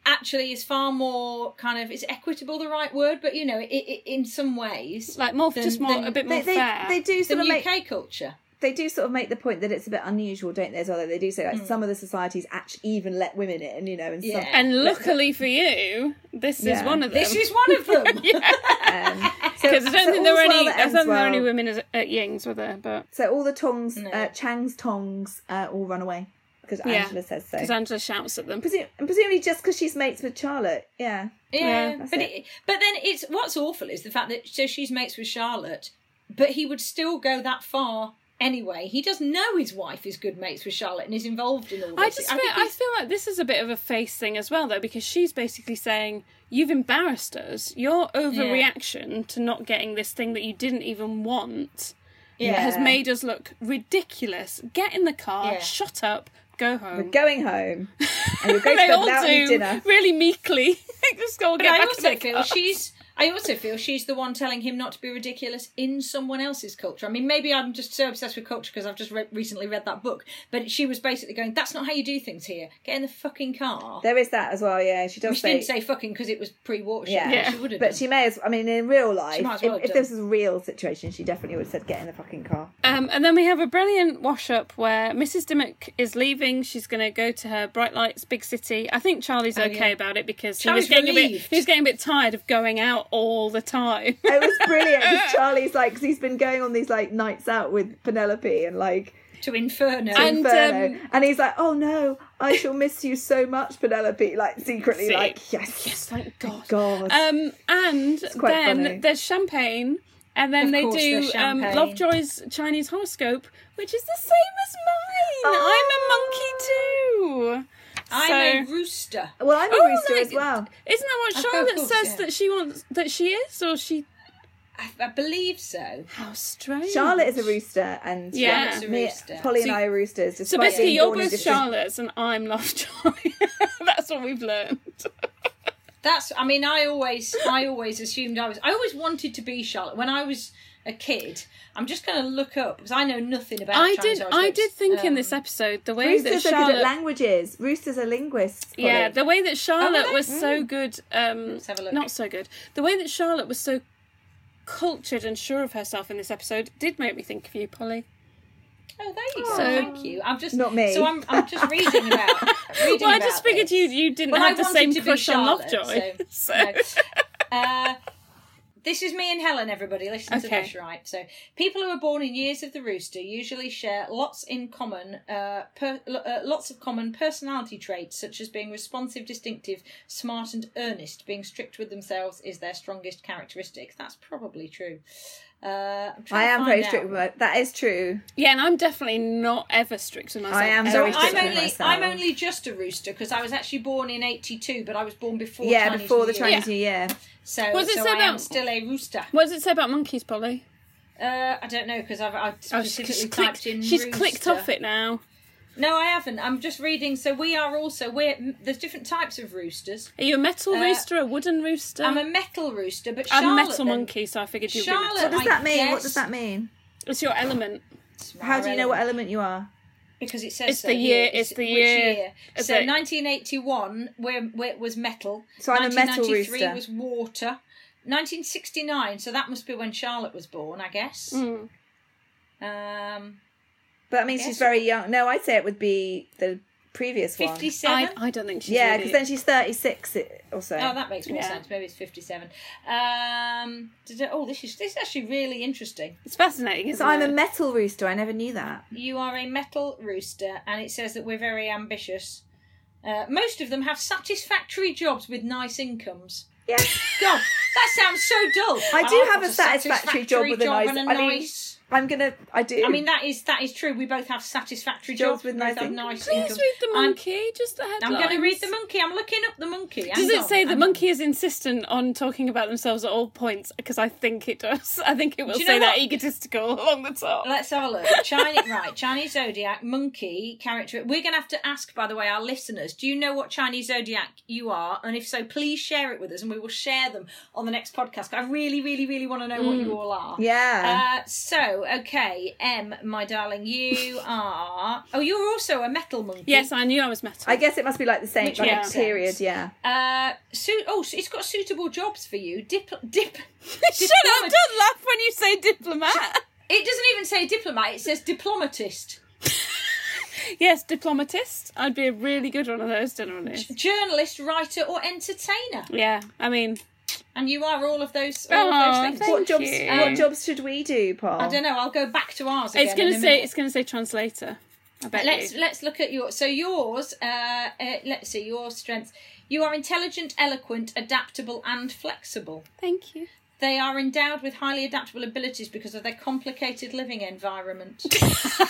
A: actually is far more kind of is equitable the right word but you know it, it, in some ways
C: Like more,
A: Then-
C: just more,
A: then-
C: a bit more
B: They, they,
C: fair.
B: they do sort
A: than
B: of
A: UK
B: make
A: culture
B: they do sort of make the point that it's a bit unusual, don't they? As well, that they do say
C: Hmm.
B: like some of the societies actually even let women in, you know, and
A: Yeah.
B: some,
C: and luckily for you, this is
B: Yeah.
C: one of them.
A: this is one of them
B: um, so-
C: because I don't
B: so
C: think there were
B: all's well
C: any.
B: that
C: I don't
B: ends
C: think there were any
B: well.
C: women as- at Ying's, were there? But
B: So all the tongs, uh, Chang's tongs, uh, all run away because
C: Yeah.
B: Angela says so.
C: because Angela shouts at them.
B: Presu- and presumably just because she's mates with Charlotte. Yeah,
A: Yeah,
C: Yeah,
A: but it. but then it's what's awful is the fact that so she's mates with Charlotte, but he would still go that far anyway. He does know his wife is good mates with Charlotte and is involved in all this.
C: I just feel,
A: think
C: I,
A: he's-
C: feel like this is a bit of a face thing as well, though, because she's basically saying you've embarrassed us. Your overreaction to not getting this thing that you didn't even want has
B: Yeah.
C: made us look ridiculous. Get in the car,
A: Yeah.
C: shut up, go home.
B: going home, and you're going to
C: they
B: bed
C: all
B: without any
C: do
B: dinner.
C: really meekly. just go and
A: But
C: get
A: I
C: back in
A: also
C: the
A: feel
C: car.
A: she's. I also feel she's the one telling him not to be ridiculous in someone else's culture. I mean, maybe I'm just so obsessed with culture because I've just re- recently read that book. But she was basically going, "That's not how you do things here. Get in the fucking car."
B: There is that as well. Yeah, she does
A: She didn't say fucking because it was pre-watership.
B: Yeah.
A: Yeah.
C: Yeah.
A: She would have.
B: But she may as I mean, in real life,
A: might as well
B: if,
A: have
B: if
A: done.
B: this was a real situation, she definitely would have said, "Get in the fucking car."
C: Um, and then we have a brilliant wash up where Mrs. Dimmock is leaving. She's going to go to her bright lights, big city. I think Charlie's okay about it because he was
A: Oh, Charlie's
C: getting a bit
A: relieved.
C: he was getting a bit tired of going out all the time.
G: It was brilliant because Charlie's like, because he's been going on these like nights out with Penelope and like
A: to Inferno.
C: And-
G: Inferno,
C: um,
G: and he's like, oh no, I shall miss you so much, Penelope. Like secretly,
C: See.
G: like yes,
C: yes, thank God.
G: God.
C: Um, and
G: quite
C: then
G: funny.
C: there's champagne, and then
A: Of
C: they
A: course
C: do
A: there's
C: um,
A: champagne.
C: Lovejoy's Chinese horoscope, which is the same as mine. I'm a
A: Oh.
C: monkey too.
A: I'm
C: so-
A: a rooster.
G: well, I'm a
C: Oh,
G: rooster as
C: like-
G: well.
C: Isn't that
A: Of
C: what Charlotte
A: course,
C: says
A: yeah.
C: that she wants that she is, or she?
A: I, I believe so.
C: How strange.
G: Charlotte is a rooster, and
C: Yeah.
A: Charlotte's a
G: me-
A: rooster.
G: Polly
C: So-
G: and I are roosters.
C: So
G: despite
C: basically,
G: being
C: you're
G: born in
C: both
G: different-
C: Charlotte's and I'm Lovejoy. That's what we've learned.
A: That's. I mean, I always, I always assumed I was. I always wanted to be Charlotte when I was a kid. I'm just going to look up because I know nothing about.
C: I
A: Chinese
C: did. I
A: horoscopes.
C: did think in
A: Um,
C: this episode the way that
G: Roosters are good at
C: Charlotte.
G: languages. Roosters are linguists. Polly.
C: Yeah, the
A: Oh,
C: way that Charlotte
A: they?
C: was so good. Um, Let's
A: Mm. have a look.
C: Not so good. The way that Charlotte was so cultured and sure of herself in this episode did make me think of you, Polly.
A: Oh, there you go.
C: So-
A: Thank you. I'm just
G: Not me.
A: So I'm, I'm just reading about. Reading
C: well, I
A: about
C: just figured
A: this.
C: you you didn't
A: Well, I
C: have the
A: wanted
C: same
A: to be
C: crush on
A: Charlotte,
C: Lovejoy.
A: so,
C: So,
A: no. Uh, this is me and Helen, everybody. Listen
C: Okay.
A: to this, right? So, people who are born in years of the rooster usually share lots in common, uh, per, lo- uh, lots of common personality traits, such as being responsive, distinctive, smart, and earnest. Being strict with themselves is their strongest characteristic. That's probably true. Uh, I'm
G: I
A: trying to
G: am
A: find
G: very
A: out.
G: strict. With my, that is true.
C: yeah, and I'm definitely not ever strict with myself.
G: I am
C: ever.
G: very
A: I'm
G: strict with
A: only
G: myself.
A: I'm only just a rooster because I was actually born in '82, but I was born before.
G: yeah,
A: Chinese
G: before
A: New
G: the
A: Year.
G: Chinese New Year.
A: So,
C: What does it
A: so
C: say
A: I am
C: about-
A: still a rooster.
C: What does it say about monkeys, Polly?
A: Uh, I don't know because I've, I've
C: Oh,
A: specifically
C: she's, she's
A: typed
C: clicked,
A: in.
C: she's
A: rooster.
C: clicked off it now.
A: No, I haven't. I'm just reading. So we are also we're m- there's different types of roosters.
C: Are you a metal
A: Uh,
C: rooster, a wooden rooster?
A: I'm a metal rooster, but
C: Um, I'm
A: Charlotte,
C: metal
A: then-
C: monkey, so I figured you'd be
A: Charlotte-
C: metal.
G: What does
A: I
G: that mean? What
A: guess-
G: does that mean?
C: It's your element.
A: It's
G: How do you know what
A: irrelevant,
G: element you are?
A: Because it says
C: It's
A: so
C: the
A: here.
C: year, it's the
A: which
C: year. It's
A: So
C: like-
A: 1981, where where it was metal.
G: So I'm a metal
A: 1993
G: rooster.
A: was water. 1969, so that must be when Charlotte was born, I guess.
C: Mm.
A: Um,
G: But that means
A: Yes.
G: she's very young. No, I'd say it would be the previous one.
A: 57.
C: I, I don't think she's
G: Yeah,
C: really-
G: because then she's 36 or so.
A: Oh, that makes more
C: Yeah.
A: sense. Maybe it's fifty-seven. Um, did I- oh, this is this is actually really interesting.
C: It's fascinating, isn't
G: so I'm
C: it?
G: a metal rooster. I never knew that.
A: You are a metal rooster, and it says that we're very ambitious. Uh, most of them have satisfactory jobs with nice incomes.
G: Yeah.
A: God, that sounds so dull.
G: I do
A: I've
G: have
A: got
G: a satisfactory job with a nice-
A: and
G: I mean-
A: nice-
G: I'm going to. I do.
A: I mean, that is that is true. We both have satisfactory jobs,
G: Jobs with
A: We
G: nice
A: both have
G: income.
A: nice
C: Please
A: incomes.
C: read the
A: I'm-
C: monkey, just the headline.
A: I'm, going to read the monkey. I'm looking up the monkey.
C: Does
A: Hang
C: it
A: on,
C: say the
A: hang on.
C: monkey is insistent on talking about themselves at all points? Because I think it does. I think it will
A: Do you know
C: say that
A: what?
C: egotistical along the top.
A: Let's have a look. Chinese, right? Chinese zodiac monkey character. We're going to have to ask, by the way, our listeners. Do you know what Chinese zodiac you are? And if so, please share it with us, and we will share them on the next podcast. I really, really, really want to know what you all are.
G: yeah.
A: Uh, so okay, M, my darling, you are. Oh, you're also a metal monkey.
C: yes, I knew I was metal.
G: I guess it must be like the same
A: Which
G: like,
C: makes
G: period.
A: sense.
G: Yeah.
A: Uh, suit. Oh, so it's got suitable jobs for you. Dip, dip.
C: Shut up! Don't laugh when you say diplomat.
A: It doesn't even say diplomat. It says diplomatist.
C: yes, diplomatist. I'd be a really good one of those, don't I? Liz?
A: Journalist, writer, or entertainer.
C: Yeah, I mean,
A: And you are all of those, all
C: oh,
A: of those things.
C: thank
G: What jobs?
C: you.
G: What jobs should we do, Paul?
A: I don't know. I'll go back to ours. Again
C: It's gonna
A: in a
C: say
A: minute.
C: it's gonna say translator. I bet
A: Let's
C: you.
A: let's look at your. So yours. Uh, uh, let's see your strengths. You are intelligent, eloquent, adaptable, and flexible.
C: Thank you.
A: They are endowed with highly adaptable abilities because of their complicated living environment.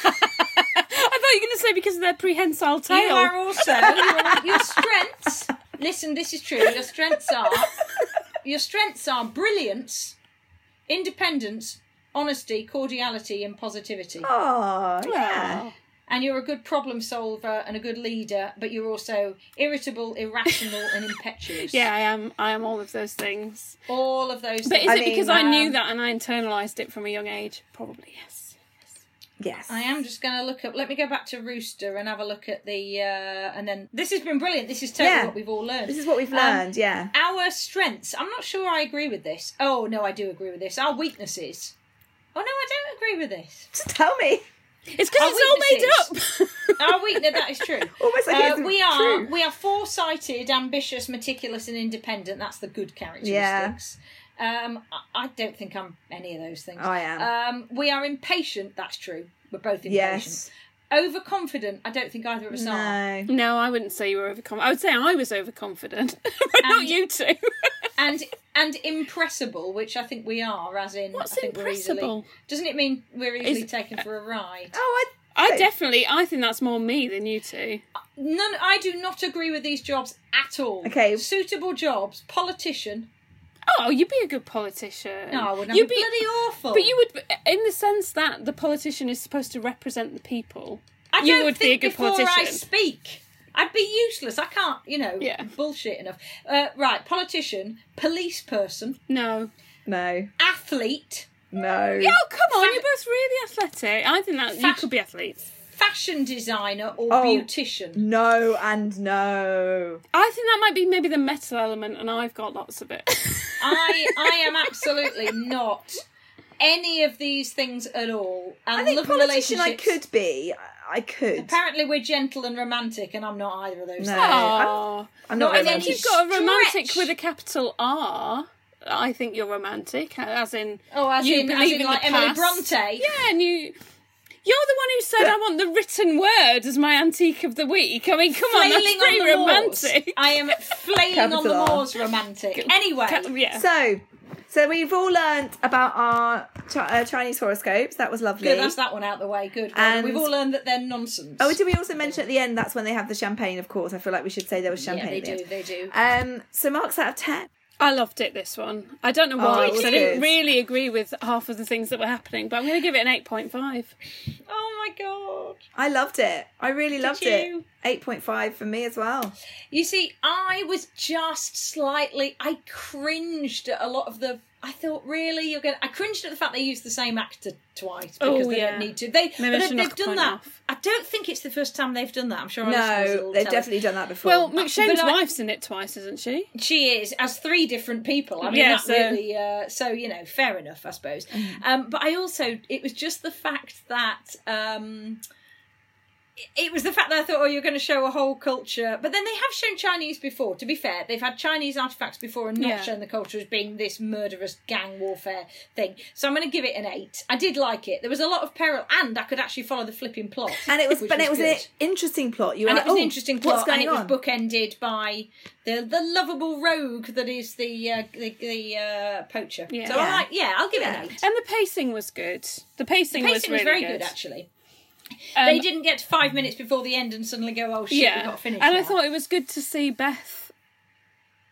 C: I thought you were going to say because of their prehensile tail.
A: You are also your, your strengths. Listen, this is true. Your strengths are your strengths are brilliance, independence, honesty, cordiality, and positivity.
G: Oh, yeah.
A: And you're a good problem solver and a good leader, but you're also irritable, irrational, and impetuous.
C: Yeah, I am. I am all of those things.
A: all of those.
C: But is
A: things.
G: I
C: it because
G: mean,
C: I
A: um,
C: knew that and I internalized it from a young age? Probably yes.
G: Yes.
A: I am just going to look up. Let me go back to Rooster and have a look at the. Uh, and then this has been brilliant. This is totally
G: Yeah.
A: what we've all learned.
G: This is what we've learned. yeah.
A: our strengths. I'm not sure I agree with this. Oh no, I do agree with this. Our weaknesses. Oh no, I don't agree with this.
G: Just tell me.
C: It's because
A: Our
C: it's all made up.
A: Our weakness. that is true.
G: Almost like
A: Uh,
G: it's
A: we are
G: true.
A: we are foresighted, ambitious, meticulous, and independent. That's the good characteristics. Um, I, I don't think I'm any of those things.
G: Oh, I am.
A: Um, we are impatient. That's true. We're both impatient.
G: yes.
A: Overconfident. I don't think either of us are.
G: No.
C: No, I wouldn't say you were overconfident. I would say I was overconfident, but not
A: And-
C: you two.
A: And and impressible, which I think we are. As in,
C: What's
A: I think we're easily.
C: impressible?
A: Doesn't it mean we're easily
C: Is-
A: taken for a ride?
G: Oh,
C: I definitely, I think that's more me than you two.
A: None. I do not agree with these jobs at all.
G: Okay.
A: Suitable jobs. Politician.
C: Oh, you'd be a good politician.
A: No, I wouldn't. You'd
C: You'd
A: be bloody awful.
C: But you would, in the sense that the politician is supposed to represent the people.
A: I
C: you
A: don't
C: would be a
A: think
C: good
A: before I
C: politician.
A: speak. I'd be useless. I can't, you know,
C: Yeah.
A: bullshit enough. Uh, right, politician, police person,
C: No.
G: no.
A: athlete,
G: No.
C: Oh, come on, you're both really athletic. I think that you could be athletes.
A: fashion designer, or
G: Oh.
A: beautician.
G: No and no.
C: I think that might be maybe the metal element, and I've got lots of it.
A: I, I am absolutely not any of these things at all. And
G: I think
A: love and
G: politician I
A: relationships-
G: could be. I- I could.
A: Apparently, we're gentle and romantic, and I'm not either of those.
G: No.
A: things.
C: Oh,
G: I'm not
A: not in
G: romantic.
A: any
C: you've got a romantic
A: Stretch.
C: with a capital R. I think you're romantic, as in
A: Oh, as
C: you
A: in, as
C: believe
A: in,
C: in
A: like
C: the
A: Emily
C: past.
A: Bronte.
C: Yeah, and you. You're the one who said I want the written word as my antique of the week. I mean, come on, that's
A: Flailing
C: pretty
A: on the
C: romantic.
A: moors. I am flailing on
G: Capital
A: the
G: R.
A: moors romantic. Anyway,
C: yeah.
G: So, so we've all learnt about our chi- uh, Chinese horoscopes. That was lovely.
A: Good, that's that one out of the way. Good. Well,
G: And-
A: we've all learned that they're nonsense.
G: Oh, did we also mention at the end that's when they have the champagne? Of course, I feel like we should say there was
A: yeah,
G: champagne.
A: they
G: at the
A: do. They do.
G: end. Um, so marks out of ten.
C: I loved it this one. I don't know
G: Oh,
C: why
G: it was
C: because I didn't
G: good.
C: really agree with half of the things that were happening, but I'm going to give it an 8.5.
A: oh my god!
G: I loved it. I really loved it.
A: you?
G: Eight point five for me as well.
A: You see, I was just slightly. I cringed at a lot of the. I thought, really, you're going. to I cringed at the fact they used the same actor twice because
C: Oh,
A: they
C: yeah.
A: don't need to. They,
C: Maybe I
A: they
C: should knock
A: have
C: a
A: done
C: point
A: that.
C: off.
A: I don't think it's the first time they've done that. I'm sure. our listeners
G: No,
A: will
G: they've
A: tell us.
G: definitely done that before.
C: Well,
A: but
C: McShane's
A: I-
C: wife's in it twice, isn't she?
A: she is as three different people. I mean,
C: Yeah,
A: that
C: so-
A: really. Uh, so you know, fair enough, I suppose.
G: Mm.
A: Um, but I also, it was just the fact that. Um, it- it was the fact that I thought, oh, you're going to show a whole culture, but then they have shown Chinese before. To be fair, they've had Chinese artifacts before and not
C: Yeah.
A: shown the culture as being this murderous gang warfare thing. So I'm going to give it an eight. I did like it. There was a lot of peril, and I could actually follow the flipping plot.
G: and it was,
A: which
G: but it was an
A: good
G: interesting plot. You were
A: and
G: like,
A: it was
G: "Oh,
A: an interesting
G: What's
A: plot,
G: going
A: and it
G: on?
A: was bookended by the the lovable rogue that is the uh, the, the uh, poacher.
C: Yeah.
A: So I like, yeah, I'll give it an eight.
C: And the pacing was good. The pacing,
A: Pacing
C: really
A: was very good, actually.
C: Um,
A: they didn't get to five minutes before the end and suddenly go, oh shit,
C: yeah.
A: we've got to finish.
C: and I
A: now.
C: thought it was good to see Beth.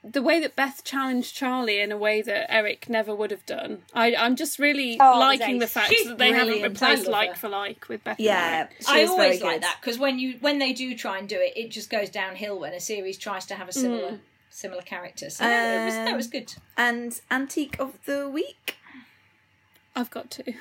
C: The way that Beth challenged Charlie in a way that Eric never would have done. I, I'm just really
B: Oh,
C: liking the
B: Zay,
C: fact
A: she's
C: that they haven't
A: brilliant. I
C: replaced
A: love
C: like
A: her.
C: for like with Beth. and
G: yeah,
C: Eric.
G: she
A: I
G: was very
A: always
G: good.
A: like that because when you when they do try and do it, it just goes downhill when a series tries to have a similar similar character. So no, it was that
G: Um,
A: was good.
G: And antique of the week.
C: I've got two.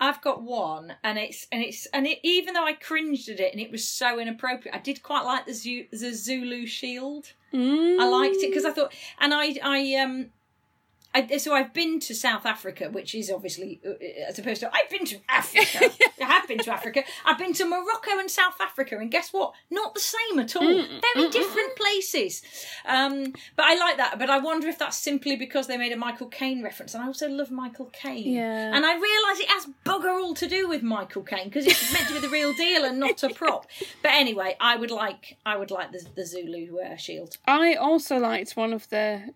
A: I've got one, and it's and it's and it, even though I cringed at it and it was so inappropriate, I did quite like the, Zu, the Zulu shield. I liked it because I thought, and I I um. I, so I've been to South Africa, which is obviously uh, as opposed to I've been to Africa. I have been to Africa. I've been to Morocco and South Africa, and guess what? Not the same at all. Very different places. Um, but I like that. But I wonder if that's simply because they made a Michael Caine reference, and I also love Michael Caine.
C: Yeah.
A: And I realise it has bugger all to do with Michael Caine because it's meant to be the real deal and not a prop. But anyway, I would like I would like the, the Zulu uh, shield.
C: I also liked one of the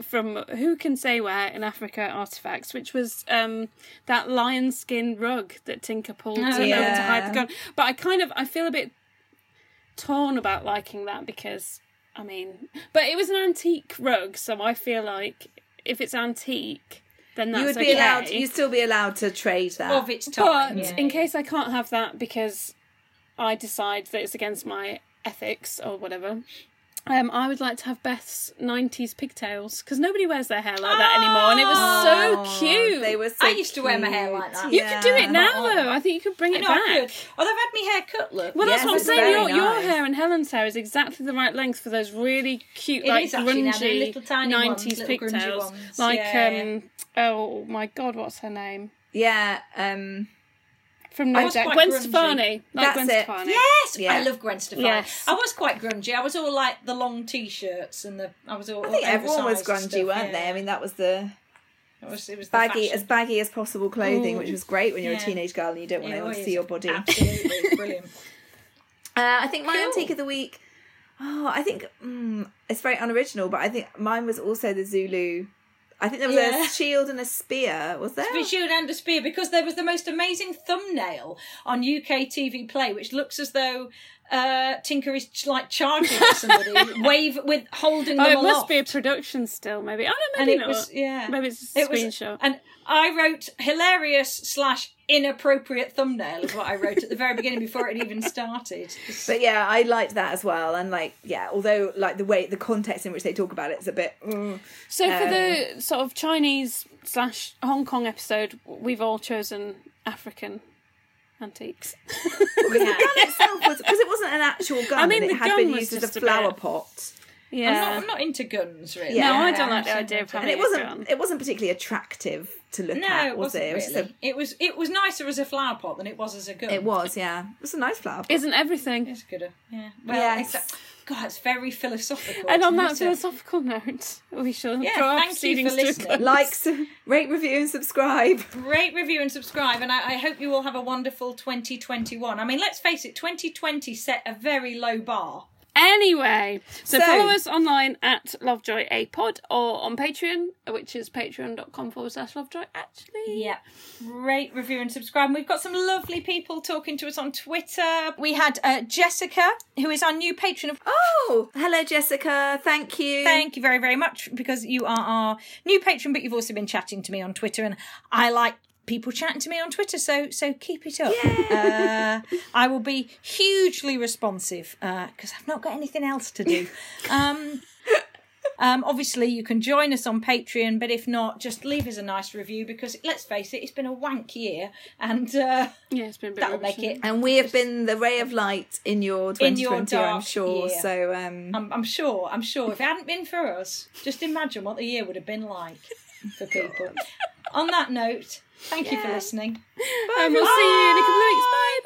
C: from who can say where in Africa artifacts, which was um, that lion skin rug that Tinker pulled
G: Oh,
C: to know where to hide the gun. But I kind of I feel a bit torn about liking that because I mean, but it was an antique rug, so I feel like if it's antique, then that's
G: You would be
C: okay.
G: allowed. You'd still be allowed to trade that.
A: Of its time.
C: But in case I can't have that because I decide that it's against my ethics or whatever, um, I would like to have Beth's 90s pigtails because nobody wears their hair like that anymore and it was
B: Oh,
A: Oh,
C: so cute.
G: They were. So
A: I used to wear my hair
G: cute.
A: like that.
C: you
G: Yeah.
C: could do it now though. I think you could bring it
A: No,
C: back.
A: I could. Although I've had my hair cut, look.
C: Well, that's
G: Yes,
C: what I'm
G: it's
C: saying.
G: very
C: Your, your
G: nice.
C: hair and Helen's hair is exactly the right length for those really cute,
A: It
C: like
A: is actually now, they're
C: grungy
A: little tiny ones,
C: 90s
A: little grungy
C: pigtails.
A: ones.
C: Like,
A: Yeah.
C: um, oh my god, what's her name?
G: Yeah. Um.
C: from
A: I
C: No
A: was
C: Doubt.
A: quite
C: Gwen
A: grungy.
C: Stefani. Like
B: That's
C: Gwen
B: it.
C: Stefani.
A: Yes,
B: Yeah.
A: I love Gwen Stefani.
C: Yes.
A: I was quite grungy. I was all like the long t-shirts and the I was all.
B: I think everyone was grungy,
A: oversized stuff,
B: weren't they? I
A: yeah.
B: mean, that was the
A: It was, it was the
B: baggy,
A: fashion.
B: as baggy as possible clothing, which was great when you're
A: Yeah.
B: a teenage girl and you don't want
A: Yeah,
B: anyone to
A: always.
B: see your body.
A: Absolutely brilliant.
B: Uh, I think my
A: Cool.
B: antique of the week. Oh, I think mm, it's very unoriginal, but I think mine was also the Zulu. I think there was
A: Yeah.
B: a shield and a spear. Was there?
A: Be Shield and a Spear because there was the most amazing thumbnail on UK TV Play, which looks as though uh, Tinker is like charging at somebody, wave with holding
C: Oh,
A: them
C: it must
A: aloft.
C: be a production still, maybe. Oh no,
A: and
C: maybe
A: it
C: not.
A: was yeah,
C: Maybe it's a
A: it was-
C: screenshot.
A: And I wrote hilarious slash inappropriate thumbnail is what I wrote at the very beginning before it even started.
B: But yeah, I liked that as well, and like yeah, although like the way the context in which they talk about it is a bit. mm.
C: So for the sort of Chinese slash Hong Kong episode, we've all chosen African antiques.
A: yeah.
B: The gun itself was because it wasn't an actual gun.
C: mean,
B: and it
C: the
B: had
C: gun
B: been
C: was
B: used as a
C: just a
B: flower
C: bit-
B: pot,
C: yeah.
A: I'm, not, I'm not into guns really.
B: Yeah.
C: no, I don't like the idea of
B: and
C: having
B: it
C: a gun.
B: wasn't. It wasn't particularly attractive to look
A: No,
B: at,
A: it
B: was
A: wasn't
B: it? It was. just a-
A: really. It was it was nicer as a flower pot than it was as a gun.
B: it was, yeah. It was a nice flower. pot.
C: Isn't everything?
A: It's good. uh, Yeah. Well,
B: Yes.
A: except, God, it's very philosophical.
C: And on
A: isn't
C: that
A: it?
C: philosophical note, we shall
A: Yeah,
C: draw our
A: thank you
C: proceedings
A: for
C: to a
A: listening.
C: close.
B: Like, su- rate, review, and subscribe.
A: rate, review, and subscribe. And I, I hope you all have a wonderful 2021. I mean, let's face it, 2020 set a very low bar.
C: Anyway, so,
B: So-
C: follow us online at Lovejoy A Pod or on Patreon, which is patreon.com forward slash Lovejoy actually.
A: Yeah. Rate, review, and subscribe. And We've got some lovely people talking to us on Twitter. We had uh, Jessica, who is our new patron of.
B: Oh, hello, Jessica. Thank you.
A: Thank you very, very much because you are our new patron, but you've also been chatting to me on Twitter, and I like people chatting to me on Twitter, so so keep it up. Uh, I will be hugely responsive because I've not got anything else to do. Um, um, obviously, you can join us on Patreon, but if not, just leave us a nice review because let's face it, it's been a wank year, and uh,
C: Yeah, it's been a bit
A: that'll make
C: rubbish.
A: it.
B: And we have been the ray of light in your
A: In your
B: 2020, I'm
A: dark
B: sure.
A: year.
B: So, um,
A: I'm, I'm sure. I'm sure. If it hadn't been for us, just imagine what the year would have been like for people. On that note, thank you for listening.
C: And we'll see you in a couple of weeks. Bye.